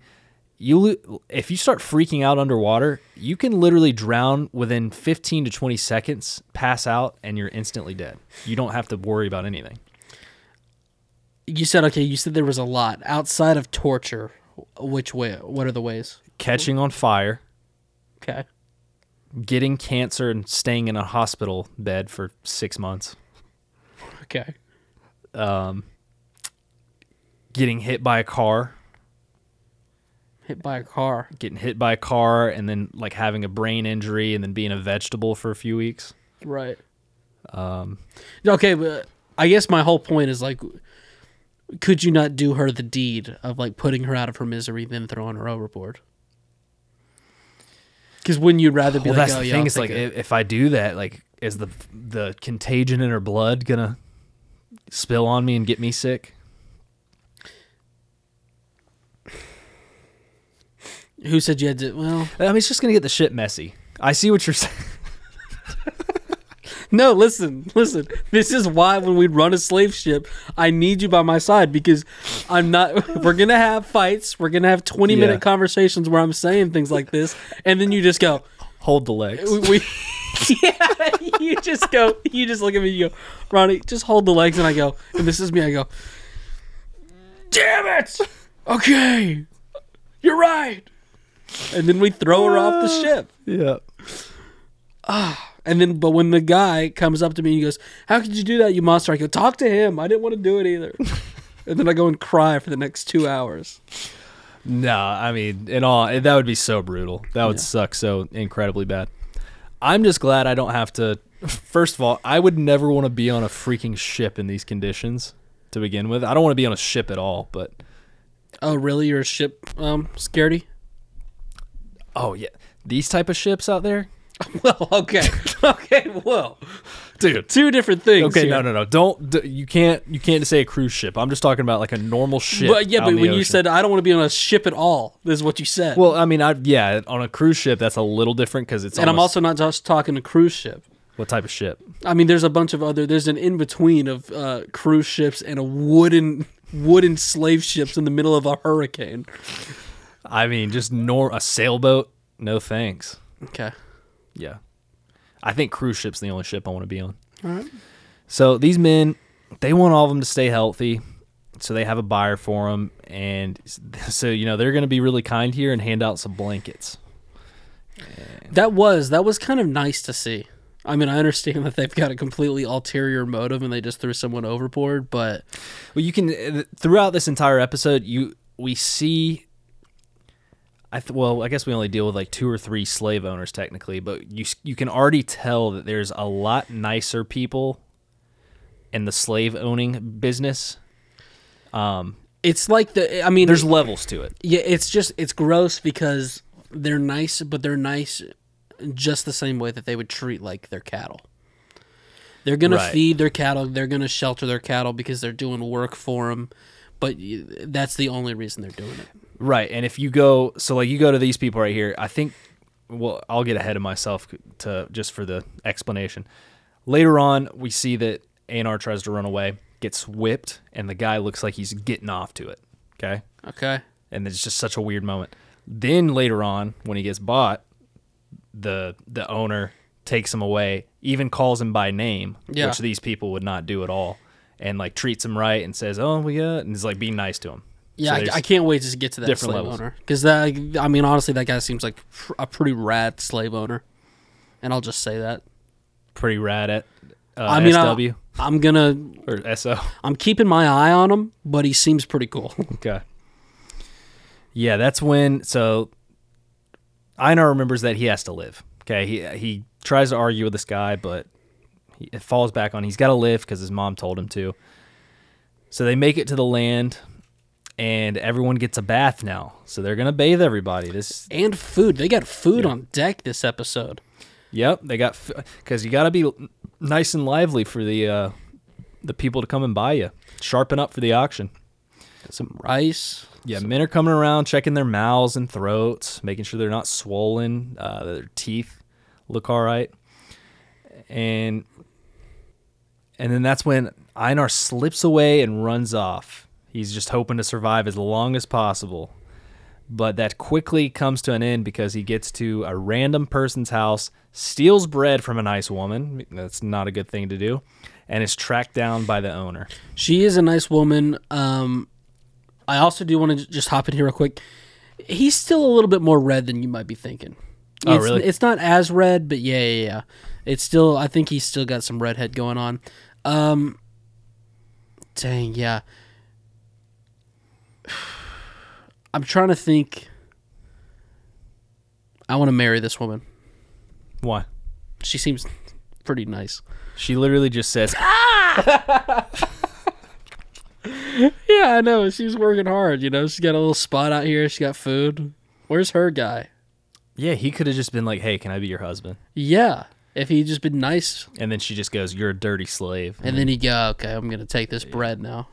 Speaker 1: you lo- if you start freaking out underwater, you can literally drown within 15 to 20 seconds, pass out, and you're instantly dead. You don't have to worry about anything.
Speaker 2: You said okay. You said there was a lot outside of torture. Which way? What are the ways?
Speaker 1: Catching on fire,
Speaker 2: Okay.
Speaker 1: getting cancer, and staying in a hospital bed for six months.
Speaker 2: Okay.
Speaker 1: getting hit by a car,
Speaker 2: Hit by a car.
Speaker 1: getting hit by a car, and then like having a brain injury and then being a vegetable for a few weeks.
Speaker 2: Right. Um. Okay, but I guess my whole point is like, could you not do her the deed of like putting her out of her misery, then throwing her overboard? Because wouldn't you rather be
Speaker 1: Well,
Speaker 2: like,
Speaker 1: that's
Speaker 2: oh,
Speaker 1: the
Speaker 2: yeah,
Speaker 1: thing.
Speaker 2: I'll
Speaker 1: It's
Speaker 2: take
Speaker 1: like
Speaker 2: it.
Speaker 1: if, if I do that, like, is the the contagion in her blood gonna spill on me and get me sick?
Speaker 2: who said you had to? Well,
Speaker 1: I mean, it's just gonna get the shit messy. I see what you're saying.
Speaker 2: No, listen, listen. This is why when we run a slave ship, I need you by my side because I'm not. We're gonna have fights. We're gonna have twenty
Speaker 1: Yeah.
Speaker 2: minute conversations where I'm saying things like this, and then you just go,
Speaker 1: Hold the legs.
Speaker 2: we, we yeah, you just go, you just look at me, you go, Ronnie, just hold the legs, and I go, and this is me, I go, damn it, okay, you're right, and then we throw her off
Speaker 1: Uh.
Speaker 2: the ship,
Speaker 1: Yeah.
Speaker 2: and then but when the guy comes up to me and he goes, how could you do that, you monster? I go, talk to him. I didn't want to do it either, and then I go and cry for the next two hours.
Speaker 1: No, I mean, in all, that would be so brutal. That would suck so incredibly bad. I'm just glad I don't have to. First of all, I would never want to be on a freaking ship in these conditions to begin with. I don't want to be on a ship at all, but
Speaker 2: Oh, really? You're a ship um, scaredy?
Speaker 1: oh yeah, these type of ships out there,
Speaker 2: Well, okay, okay, well,
Speaker 1: dude.
Speaker 2: two different things.
Speaker 1: Okay,
Speaker 2: here.
Speaker 1: no, no, no. Don't d- you can't you can't say a cruise ship. I'm just talking about like a normal ship.
Speaker 2: But yeah,
Speaker 1: out
Speaker 2: but
Speaker 1: in
Speaker 2: when
Speaker 1: the
Speaker 2: you
Speaker 1: ocean.
Speaker 2: said I don't want to be on a ship at all, this is what you said.
Speaker 1: well, I mean, I yeah, on a cruise ship that's a little different because it's
Speaker 2: and I'm
Speaker 1: almost-
Speaker 2: also not just talking a cruise ship.
Speaker 1: what type of ship?
Speaker 2: I mean, there's a bunch of other. There's an in between of uh, cruise ships and a wooden wooden slave ships in the middle of a hurricane.
Speaker 1: I mean, just nor a sailboat. No thanks.
Speaker 2: Okay.
Speaker 1: Yeah. I think cruise ship's the only ship I want to be on. So these men, they want all of them to stay healthy. So they have a buyer for them. And s- so, you know, they're going to be really kind here and hand out some blankets.
Speaker 2: That was that was kind of nice to see. I mean, I understand that they've got a completely ulterior motive and they just threw someone overboard, but
Speaker 1: Well, you can, uh, throughout this entire episode, you, we see, I th- well, I guess we only deal with like two or three slave owners technically, but you, s- you can already tell that there's a lot nicer people in the slave owning business.
Speaker 2: it's like the. I mean,
Speaker 1: There's levels to it.
Speaker 2: Yeah, it's just it's gross because they're nice, but they're nice just the same way that they would treat like their cattle. They're gonna
Speaker 1: Right.
Speaker 2: feed their cattle. They're gonna shelter their cattle because they're doing work for them. But y- that's the only reason they're doing it.
Speaker 1: Right. And if you go, so like you go to these people right here, I think, well, I'll get ahead of myself to just for the explanation. Later on, we see that A&R tries to run away, gets whipped, and the guy looks like he's getting off to it. Okay.
Speaker 2: Okay.
Speaker 1: And it's just such a weird moment. Then later on, when he gets bought, the the owner takes him away, even calls him by name,
Speaker 2: Yeah.
Speaker 1: which these people would not do at all, and like treats him right and says, "Oh, we got," and is like being nice to him.
Speaker 2: Yeah,
Speaker 1: So
Speaker 2: I,
Speaker 1: there's-
Speaker 2: I can't wait to get to that
Speaker 1: different
Speaker 2: slave
Speaker 1: levels.
Speaker 2: owner because that. I mean, honestly, that guy seems like pr- a pretty rad slave owner, and I'll just say that.
Speaker 1: pretty rad at uh,
Speaker 2: I mean, I,
Speaker 1: SW
Speaker 2: I'm gonna.
Speaker 1: or SO.
Speaker 2: I'm keeping my eye on him, but he seems pretty cool.
Speaker 1: Okay. Yeah, that's when. So Einar remembers that he has to live. Okay, he he tries to argue with this guy, but he, it falls back on he's got to live because his mom told him to. So they make it to the land, and everyone gets a bath now. So they're gonna bathe everybody. This,
Speaker 2: and food. They got food on deck this episode.
Speaker 1: yep, they got because you got to be l- nice and lively for the uh, the people to come and buy you. Sharpen up for the auction.
Speaker 2: Some rice.
Speaker 1: Yeah, men are coming around checking their mouths and throats, making sure they're not swollen, uh, that their teeth look all right, and and then that's when Einar slips away and runs off. He's just hoping to survive as long as possible, but that quickly comes to an end because he gets to a random person's house, steals bread from a nice woman. That's not a good thing to do, and is tracked down by the owner.
Speaker 2: She is a nice woman. Um, I also do want to just hop in here real quick. He's still a little bit more red than you might be thinking.
Speaker 1: Oh,
Speaker 2: it's,
Speaker 1: really?
Speaker 2: It's not as red, but yeah, yeah, yeah. It's still. I think he's still got some redhead going on. Um, dang, yeah. I'm trying to think. I want to marry this woman.
Speaker 1: Why?
Speaker 2: She seems pretty nice.
Speaker 1: She literally just says,
Speaker 2: Yeah, I know. She's working hard. You know, she's got a little spot out here. She's got food. Where's her guy?
Speaker 1: Yeah, he could have just been like, "Hey, can I be your husband?"
Speaker 2: Yeah. If he'd just been nice.
Speaker 1: And then she just goes, "You're a dirty slave."
Speaker 2: And then he'd go, okay, I'm going to take this bread now.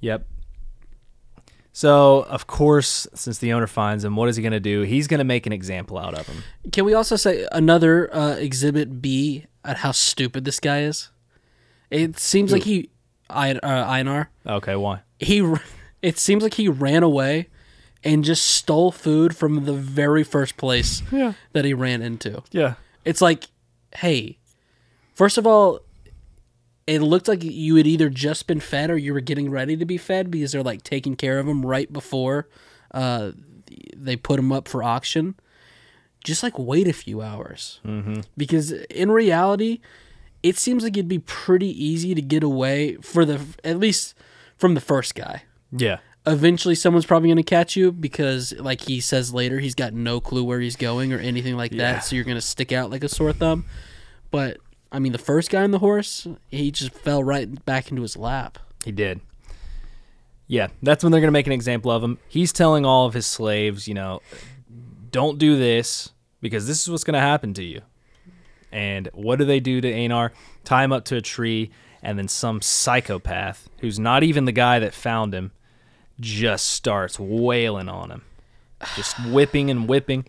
Speaker 1: Yep. So of course, since the owner finds him, what is he going to do? He's going to make an example out of him.
Speaker 2: Can we also say another uh, exhibit B at how stupid this guy is. It seems like he, I, uh, Einar,
Speaker 1: Okay, why?
Speaker 2: he. r- It seems like he ran away and just stole food from the very first place
Speaker 1: Yeah.
Speaker 2: that he ran into.
Speaker 1: Yeah.
Speaker 2: It's like, hey, first of all, it looked like you had either just been fed or you were getting ready to be fed because they're like taking care of him right before uh, they put him up for auction. Just like wait a few hours. Mm-hmm. Because in reality, it seems like it'd be pretty easy to get away for the, at least from the first guy
Speaker 1: Yeah.
Speaker 2: eventually someone's probably going to catch you because like he says later he's got no clue where he's going or anything like
Speaker 1: Yeah.
Speaker 2: that so you're going to stick out like a sore thumb but i mean the first guy on the horse he just fell right back into his lap
Speaker 1: He did. Yeah, that's when they're going to make an example of him. He's telling all of his slaves, you know, don't do this because this is what's going to happen to you. And what do they do to Anar? Tie him up to a tree, and then some psychopath who's not even the guy that found him just starts wailing on him, just whipping and whipping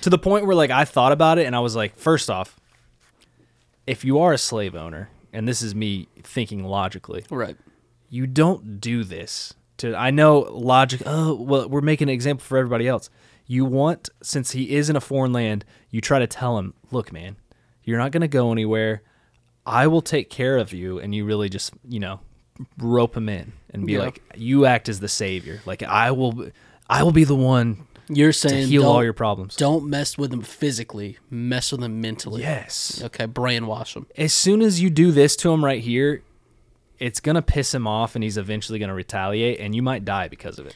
Speaker 1: to the point where like I thought about it and I was like, first off, if you are a slave owner, and this is me thinking logically,
Speaker 2: right
Speaker 1: you don't do this to i know logic oh well we're making an example for everybody else you want since he is in a foreign land you try to tell him look man you're not going to go anywhere i will take care of you and you really just you know rope him in and be
Speaker 2: Yeah.
Speaker 1: like you act as the savior like i will i will be the one
Speaker 2: you're
Speaker 1: to
Speaker 2: saying
Speaker 1: heal
Speaker 2: don't,
Speaker 1: all your problems
Speaker 2: don't mess with them physically mess with them mentally
Speaker 1: yes
Speaker 2: okay brainwash them
Speaker 1: as soon as you do this to him right here it's going to piss him off and he's eventually going to retaliate and you might die because of it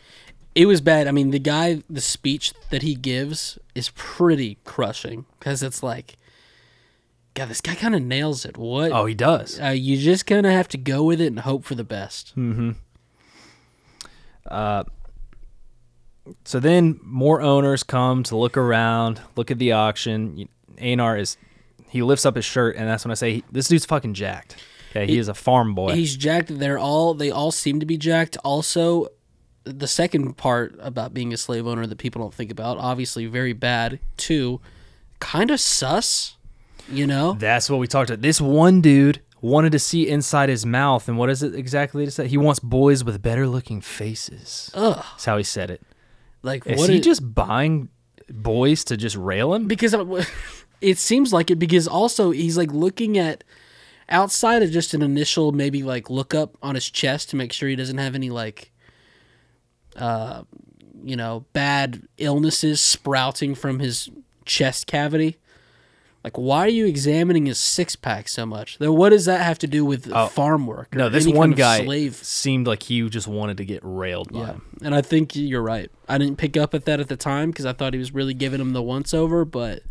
Speaker 2: it was bad i mean the guy the speech that he gives is pretty crushing because it's like god this guy kind of nails it what
Speaker 1: oh he does
Speaker 2: Uh, you just gonna have to go with it and hope for the best.
Speaker 1: Hmm. So then more owners come to look around, look at the auction. Anar is he lifts up his shirt and that's when I say he, this dude's fucking jacked. Okay, he, is a farm boy.
Speaker 2: He's jacked. They're all they all seem to be jacked. Also, the second part about being a slave owner that people don't think about, obviously, very bad. Two, kind of sus. You know,
Speaker 1: that's what we talked about. This one dude wanted to see inside his mouth and what is it exactly to say? He wants boys with better looking faces.
Speaker 2: Ugh.
Speaker 1: That's how he said it.
Speaker 2: like
Speaker 1: Is
Speaker 2: what
Speaker 1: he
Speaker 2: it-
Speaker 1: just buying boys to just rail him?
Speaker 2: Um, because I- it seems like it because also he's like looking at outside of just an initial maybe like look up on his chest to make sure he doesn't have any like uh you know bad illnesses sprouting from his chest cavity like why are you examining his six pack so much then what does that have to do with farm work or
Speaker 1: Oh. No, this
Speaker 2: any
Speaker 1: one
Speaker 2: kind of
Speaker 1: guy
Speaker 2: slave
Speaker 1: seemed like he just wanted to get railed by him.
Speaker 2: Um, and I think you're right. I didn't pick up at that at the time because I thought he was really giving him the once over, but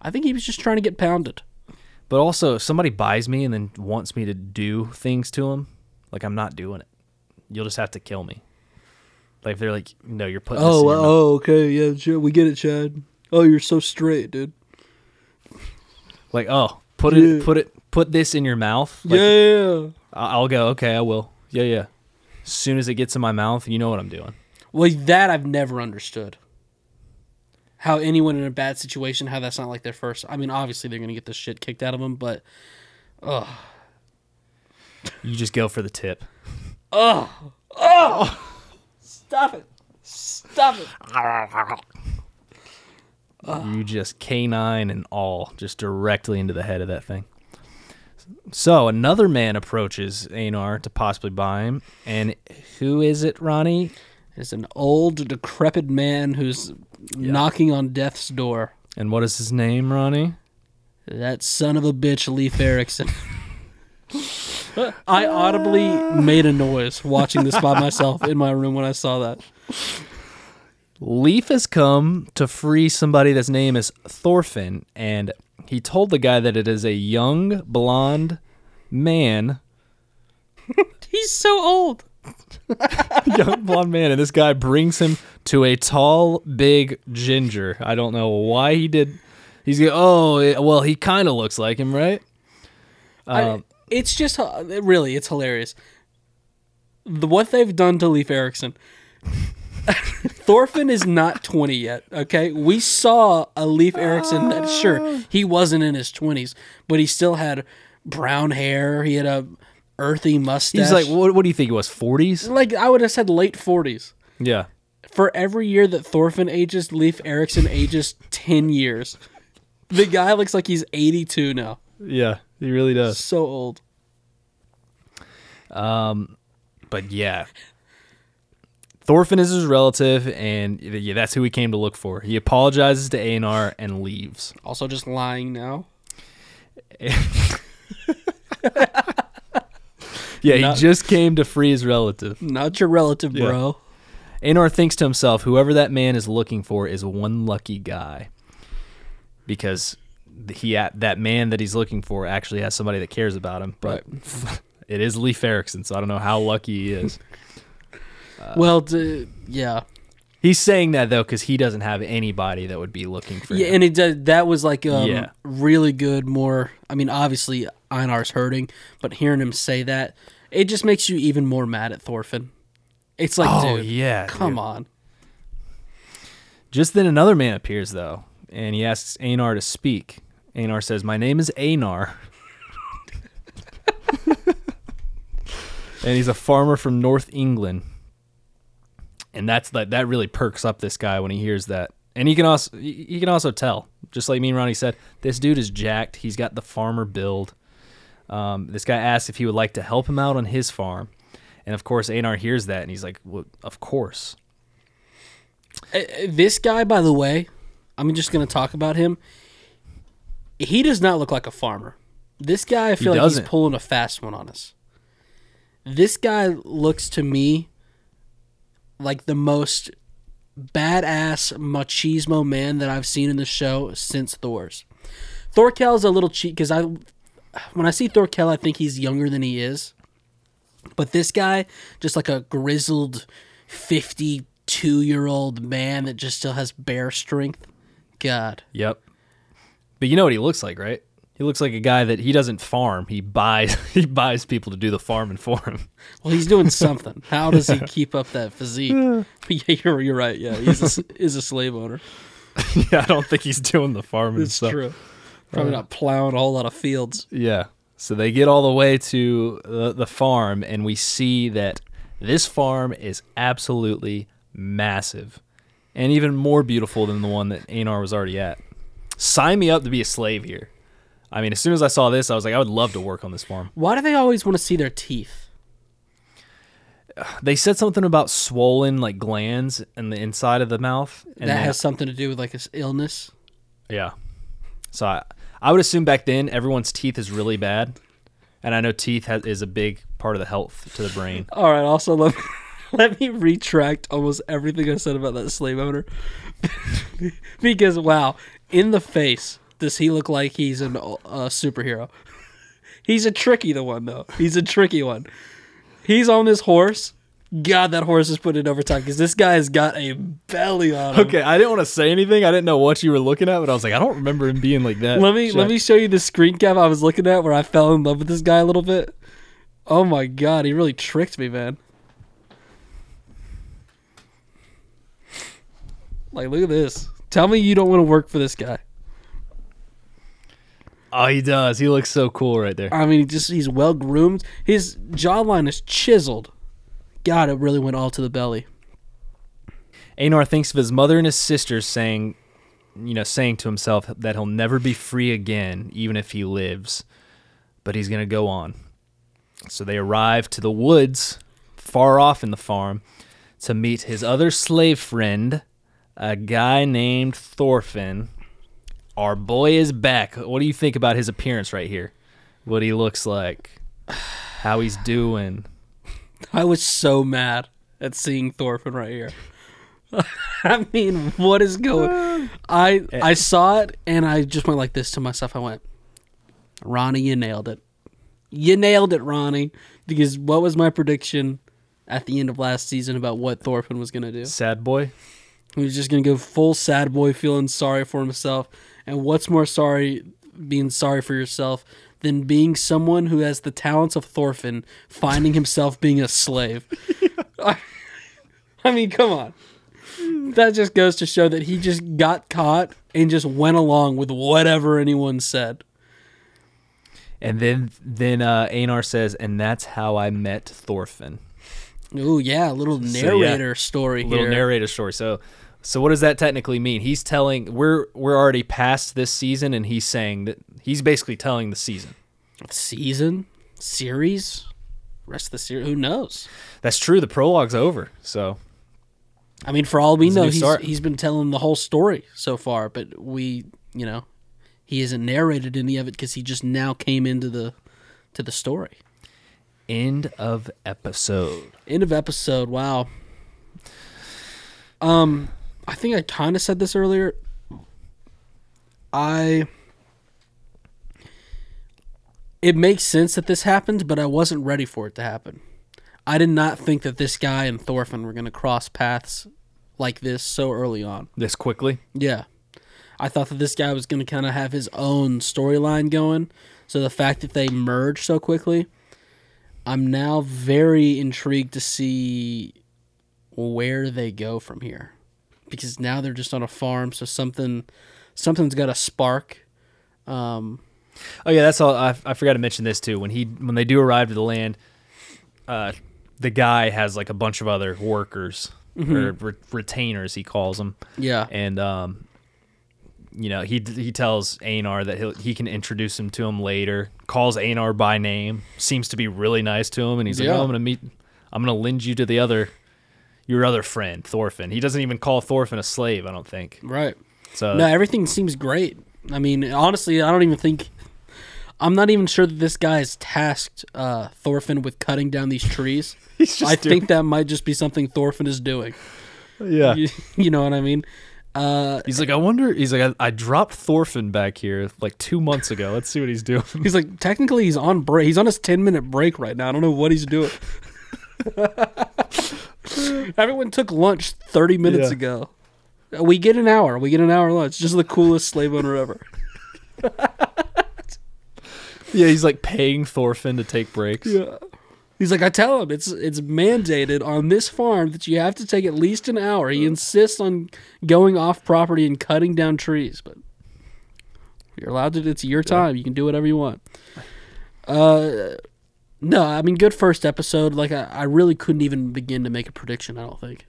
Speaker 2: I think he was just trying to get pounded.
Speaker 1: But also, if somebody buys me and then wants me to do things to them, like I'm not doing it. You'll just have to kill me. Like if they're like, no, you're putting. this in your mouth."
Speaker 2: Oh, okay, yeah, sure, we get it, Chad. Oh, you're so straight, dude.
Speaker 1: like oh, put it, put it, put this in your mouth. Like,
Speaker 2: yeah.
Speaker 1: I- I'll go. Okay, I will. Yeah, yeah. As soon as it gets in my mouth, you know what I'm doing.
Speaker 2: Well, that I've never understood. How anyone in a bad situation, how that's not like their first. I mean, obviously they're gonna get the shit kicked out of them, but
Speaker 1: You just go for the tip.
Speaker 2: stop it, stop it.
Speaker 1: You just canine and all just directly into the head of that thing. So another man approaches Anar to possibly buy him, and who is it, Ronnie?
Speaker 2: It's an old, decrepit man who's knocking on death's door.
Speaker 1: And what is his name, Ronnie?
Speaker 2: That son of a bitch, Leif Erickson. I audibly made a noise watching this by myself in my room when I saw that.
Speaker 1: Leif has come to free somebody that's name is Thorfinn, and he told the guy that it is a young blonde man,
Speaker 2: He's so old.
Speaker 1: young blonde man, and this guy brings him to a tall, big ginger. I don't know why he did. He's go, oh eh, well, he kind of looks like him, right? Um,
Speaker 2: I, it's just uh, really, it's hilarious. The what they've done to Leif Erickson. Thorfinn is not 20 yet, okay? We saw a Leif Erikson that, sure, he wasn't in his 20s, but he still had brown hair. He had a earthy mustache.
Speaker 1: He's like, what, what do you think it was? Forties?
Speaker 2: like I would have said late 40s.
Speaker 1: Yeah.
Speaker 2: For every year that Thorfinn ages, Leif Erikson ages 10 years. The guy looks like he's 82 now.
Speaker 1: Yeah. He really does.
Speaker 2: So old.
Speaker 1: But yeah. Thorfinn is his relative, and yeah, that's who he came to look for. He apologizes to Einar and leaves.
Speaker 2: Also just lying now.
Speaker 1: Yeah,
Speaker 2: Not-
Speaker 1: he just came to free his relative.
Speaker 2: Not your relative,
Speaker 1: Yeah.
Speaker 2: bro.
Speaker 1: Einar thinks to himself, whoever that man is looking for is one lucky guy, because he that man that he's looking for actually has somebody that cares about him. But it is Leif Erikson, so I don't know how lucky he is.
Speaker 2: well, d- yeah.
Speaker 1: He's saying that though because he doesn't have anybody that would be looking for
Speaker 2: Yeah,
Speaker 1: him.
Speaker 2: and it did, that was like um,
Speaker 1: Yeah.
Speaker 2: really good. More, I mean, obviously Einar's hurting, but hearing him say that, it just makes you even more mad at Thorfinn. It's like,
Speaker 1: Oh,
Speaker 2: dude,
Speaker 1: yeah,
Speaker 2: come
Speaker 1: dude.
Speaker 2: on.
Speaker 1: Just then, another man appears though, and he asks Einar to speak. Einar says, "My name is Einar." and he's a farmer from North England. And that's that that really perks up this guy when he hears that. And he can also he he can also tell, just like me and Ronnie said, this dude is jacked. He's got the farmer build. Um, this guy asks if he would like to help him out on his farm. And of course, Einar hears that and he's like, well, of course.
Speaker 2: Uh, uh, This guy, by the way, I'm just gonna talk about him. He does not look like a farmer. This guy, I feel like
Speaker 1: doesn't.
Speaker 2: he's pulling a fast one on us. This guy looks to me like the most badass machismo man that I've seen in the show since Thor's. Thorkel is a little cheat because I, when I see Thorkel, I think he's younger than he is. But this guy, just like a grizzled 52 year old man that just still has bear strength. God.
Speaker 1: Yep. But you know what he looks like, right? He looks like a guy that he doesn't farm. He buys he buys people to do the farming for him.
Speaker 2: Well, he's doing something. How does he keep up that physique? yeah, you're, you're right. Yeah, he's a, s- is a slave owner.
Speaker 1: yeah, I don't think he's doing the farming
Speaker 2: It's
Speaker 1: stuff.
Speaker 2: true. Probably not plowing a whole lot of fields.
Speaker 1: Yeah. So they get all the way to the, the farm and we see that this farm is absolutely massive and even more beautiful than the one that Anar was already at. Sign me up to be a slave here. I mean, as soon as I saw this, I was like, I would love to work on this farm.
Speaker 2: Why do they always want to see their teeth?
Speaker 1: They said something about swollen like glands in the inside of the mouth. And
Speaker 2: that
Speaker 1: then-
Speaker 2: has something to do with like his illness.
Speaker 1: Yeah. So I, I would assume back then everyone's teeth is really bad, and I know teeth has, is a big part of the health to the brain.
Speaker 2: All right. Also, let me, let me retract almost everything I said about that slave owner, because wow, in the face, does he look like he's an, a superhero? He's a tricky the one though. He's a tricky one. He's on this horse. God, that horse is putting in overtime because this guy has got a belly on him.
Speaker 1: Okay, I didn't want to say anything. I didn't know what you were looking at, but I was like, I don't remember him being like that.
Speaker 2: Let me
Speaker 1: Shit.
Speaker 2: let me show you the screen cap I was looking at where I fell in love with this guy a little bit. Oh my god, he really tricked me, man. Like look at this. Tell me you don't want to work for this guy.
Speaker 1: Oh, he does. He looks so cool right there.
Speaker 2: I mean, he just he's well groomed. His jawline is chiseled. God, it really went all to the belly.
Speaker 1: Einar thinks of his mother and his sisters saying, you know, saying to himself that he'll never be free again, even if he lives, but he's going to go on. So they arrive to the woods far off in the farm to meet his other slave friend, a guy named Thorfinn. Our boy is back. What do you think about his appearance right here? What he looks like, how he's doing.
Speaker 2: I was so mad at seeing Thorfinn right here. I mean, what is going? I I saw it and I just went like this to myself. I went, Ronnie, you nailed it. You nailed it, Ronnie. Because what was my prediction at the end of last season about what Thorfinn was gonna do?
Speaker 1: Sad boy.
Speaker 2: He was just gonna go full sad boy, feeling sorry for himself. And what's more sorry, being sorry for yourself, than being someone who has the talents of Thorfinn, finding himself being a slave? I, I mean, come on. that just goes to show that he just got caught and just went along with whatever anyone said.
Speaker 1: And then then uh, Einar says, and that's how I met Thorfinn.
Speaker 2: Ooh, yeah, a little
Speaker 1: yeah,
Speaker 2: narrator story
Speaker 1: Little
Speaker 2: here.
Speaker 1: narrator story. So so what does that technically mean? He's telling we're we're already past this season, and he's saying that he's basically telling the season.
Speaker 2: Season, series, rest of the series. Who knows?
Speaker 1: That's true. The prologue's over. So
Speaker 2: I mean, for all we
Speaker 1: a
Speaker 2: know,
Speaker 1: new
Speaker 2: he's,
Speaker 1: start.
Speaker 2: he's been telling the whole story so far, but we, you know, he hasn't narrated any of it because he just now came into the to the story.
Speaker 1: end of episode.
Speaker 2: End of episode. Wow. Um, I think I kind of said this earlier. I. It makes sense that this happened, but I wasn't ready for it to happen. I did not think that this guy and Thorfinn were going to cross paths like this so early on.
Speaker 1: This quickly.
Speaker 2: Yeah. I thought that this guy was going to kind of have his own storyline going. So the fact that they merged so quickly, I'm now very intrigued to see where they go from here. Because now they're just on a farm, so something something's got a spark. Um,
Speaker 1: Oh yeah, that's all. I, I forgot to mention this too. When he when they do arrive to the land, uh, the guy has like a bunch of other workers or re- retainers, he calls them,
Speaker 2: yeah.
Speaker 1: and um, you know he he tells Einar that he will he can introduce him to him later. Calls Einar by name. Seems to be really nice to him, and he's
Speaker 2: Yeah.
Speaker 1: like, oh, I'm gonna meet. I'm gonna lend you to the other. Your other friend, Thorfinn. He doesn't even call Thorfinn a slave, I don't think.
Speaker 2: Right.
Speaker 1: So
Speaker 2: no, everything seems great. I mean, honestly, I don't even think. I'm not even sure that this guy is tasked uh, Thorfinn with cutting down these trees.
Speaker 1: He's just
Speaker 2: I
Speaker 1: doing-
Speaker 2: think that might just be something Thorfinn is doing.
Speaker 1: yeah,
Speaker 2: You, you know what I mean? Uh,
Speaker 1: He's like, I wonder. He's like, I, I dropped Thorfinn back here like two months ago. Let's see what he's doing.
Speaker 2: he's like, technically, he's on break. He's on his 10 minute break right now. I don't know what he's doing. Everyone took lunch 30 minutes
Speaker 1: Yeah.
Speaker 2: ago. We get an hour. We get an hour lunch. Just the coolest slave owner ever.
Speaker 1: yeah, he's like paying Thorfinn to take breaks.
Speaker 2: Yeah. He's like, I tell him it's it's mandated on this farm that you have to take at least an hour. He insists on going off property and cutting down trees, but you're allowed to. It's your time. You can do whatever you want. Uh, no, I mean, good first episode. Like, I, I really couldn't even begin to make a prediction. I don't think.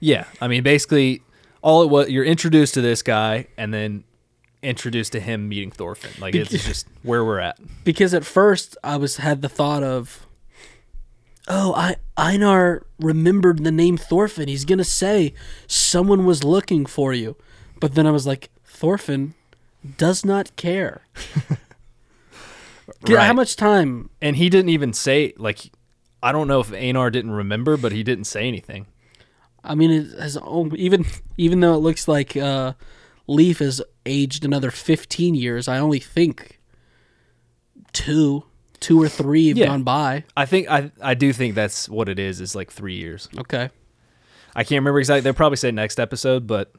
Speaker 1: Yeah, I mean, basically, all it was you're introduced to this guy and then introduced to him meeting Thorfinn. Like it's just where we're at.
Speaker 2: because at first I was had the thought of, oh, I Einar remembered the name Thorfinn. He's gonna say someone was looking for you, but then I was like, Thorfinn does not care. Yeah, How
Speaker 1: Right.
Speaker 2: much time?
Speaker 1: And he didn't even say like, I don't know if Einar didn't remember, but he didn't say anything.
Speaker 2: I mean, it has al- even even though it looks like uh, Leaf has aged another fifteen years. I only think two, two or three have
Speaker 1: Yeah.
Speaker 2: gone by.
Speaker 1: I think I I do think that's what it is. Is like three years.
Speaker 2: Okay.
Speaker 1: I can't remember exactly. They'll probably say next episode, but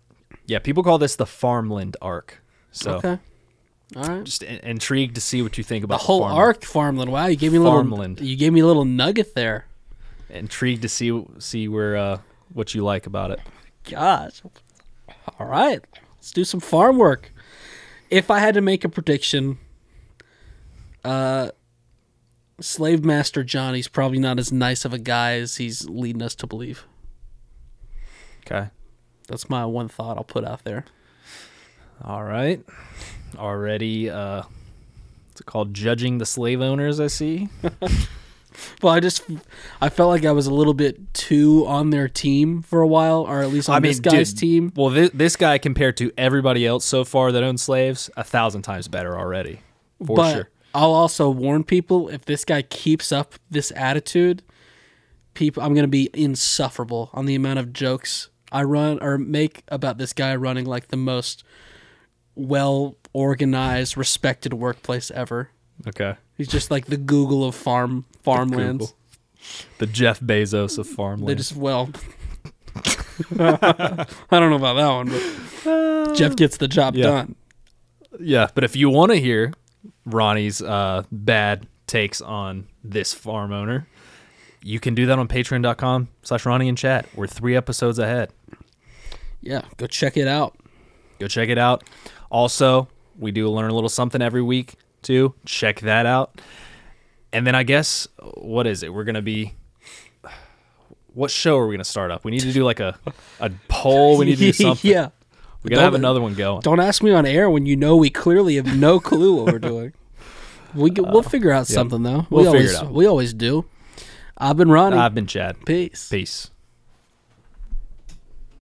Speaker 1: yeah, people call this the farmland arc. So.
Speaker 2: Okay. All right.
Speaker 1: just in- intrigued to see what you think
Speaker 2: the
Speaker 1: about
Speaker 2: whole
Speaker 1: farmland.
Speaker 2: arc farmland. Wow, you gave me a little
Speaker 1: Farmland.
Speaker 2: you gave me a little nugget there.
Speaker 1: Intrigued to see see where uh, what you like about it.
Speaker 2: Gosh. All right. Let's do some farm work. If I had to make a prediction, uh slave master Johnny's probably not as nice of a guy as he's leading us to believe.
Speaker 1: Okay.
Speaker 2: That's my one thought I'll put out there.
Speaker 1: All right. Already, uh, it's called judging the slave owners. I see.
Speaker 2: Well, I just I felt like I was a little bit too on their team for a while, or at least on
Speaker 1: I mean,
Speaker 2: this guy's
Speaker 1: dude,
Speaker 2: team.
Speaker 1: Well, this, this guy compared to everybody else so far that owns slaves, a thousand times better already. For
Speaker 2: but
Speaker 1: sure.
Speaker 2: I'll also warn people if this guy keeps up this attitude, people I'm gonna be insufferable on the amount of jokes I run or make about this guy running like the most well organized, respected workplace ever.
Speaker 1: Okay.
Speaker 2: He's just like the Google of farm farmlands.
Speaker 1: Google. The Jeff Bezos of
Speaker 2: They
Speaker 1: farmland.
Speaker 2: just well I don't know about that one, but Jeff gets the job
Speaker 1: yeah.
Speaker 2: done.
Speaker 1: yeah, but if you want to hear Ronnie's uh, bad takes on this farm owner, you can do that on patreon.com slash Ronnie and chat. We're three episodes ahead.
Speaker 2: yeah, go check it out.
Speaker 1: Go check it out. Also, we do learn a little something every week too. Check that out. And then I guess what is it? We're gonna be. What show are we gonna start up? We need to do like a a poll. We need to do something.
Speaker 2: yeah.
Speaker 1: we gotta have
Speaker 2: Don't-
Speaker 1: another one going.
Speaker 2: Don't ask me on air when you know we clearly have no clue what we're doing. We g we'll Uh, figure out something though.
Speaker 1: We'll
Speaker 2: we
Speaker 1: figure
Speaker 2: always
Speaker 1: it out.
Speaker 2: we always do. I've been Ronnie.
Speaker 1: I've been Chad.
Speaker 2: Peace.
Speaker 1: Peace.